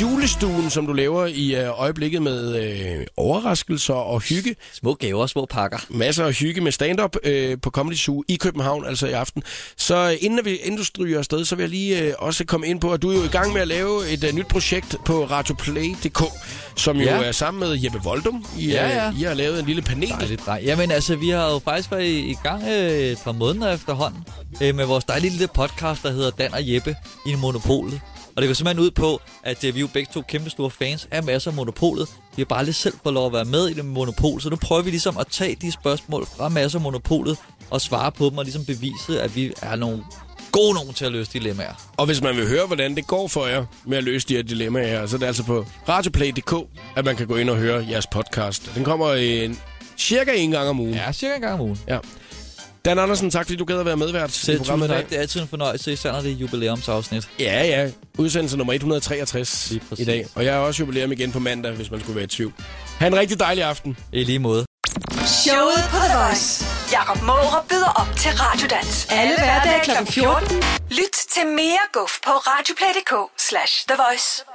A: julestuen, som du laver i øh, øjeblikket med øh, overraskelser og hygge.
B: Små gaver, små pakker.
A: Masser af hygge med stand-up øh, på Comedy Zoo i København, altså i aften. Så øh, inden, at vi, inden du stryger afsted, så vil jeg lige øh, også komme ind på, at du er jo i gang med at lave et øh, nyt projekt på radioplay.dk, som jo
B: Ja.
A: er sammen med Jeppe Voldum. I, øh,
B: Ja, ja.
A: I har lavet en lille panel.
B: Dejligt, dejligt. Jamen altså, vi har jo faktisk været i, i gang øh, et par måneder efterhånden øh, med vores dejlige lille podcast, der hedder Dan og Jeppe i Monopolet. Og det går simpelthen ud på, at øh, vi er jo begge to kæmpe store fans af masser af Monopolet. Vi har bare lige selv fået lov at være med i det med Monopol, så nu prøver vi ligesom at tage de spørgsmål fra masser af Monopolet og svare på dem og ligesom bevise, at vi er nogle gode nogen til at løse dilemmaer.
A: Og hvis man vil høre, hvordan det går for jer med at løse de her dilemmaer her, så er det altså på radioplay.dk, at man kan gå ind og høre jeres podcast. Den kommer en, cirka en gang om ugen.
B: Ja, cirka en gang om ugen.
A: Ja. Dan Andersen, tak fordi du gad at være medvært
B: Så
A: i
B: tusind
A: programmet i dag.
B: tak. Det er altid en fornøjelse, især når det er jubilæumsafsnit.
A: Ja, ja. Udsendelse nummer 163 i dag. Og jeg er også jubilæum igen på mandag, hvis man skulle være i tvivl. Ha' en rigtig dejlig aften.
B: I lige måde.
C: Showet på The Voice. Jakob Måre byder op til Radiodans. Alle hverdage kl. 14. Lyt til mere guf på radioplay.dk slash The Voice.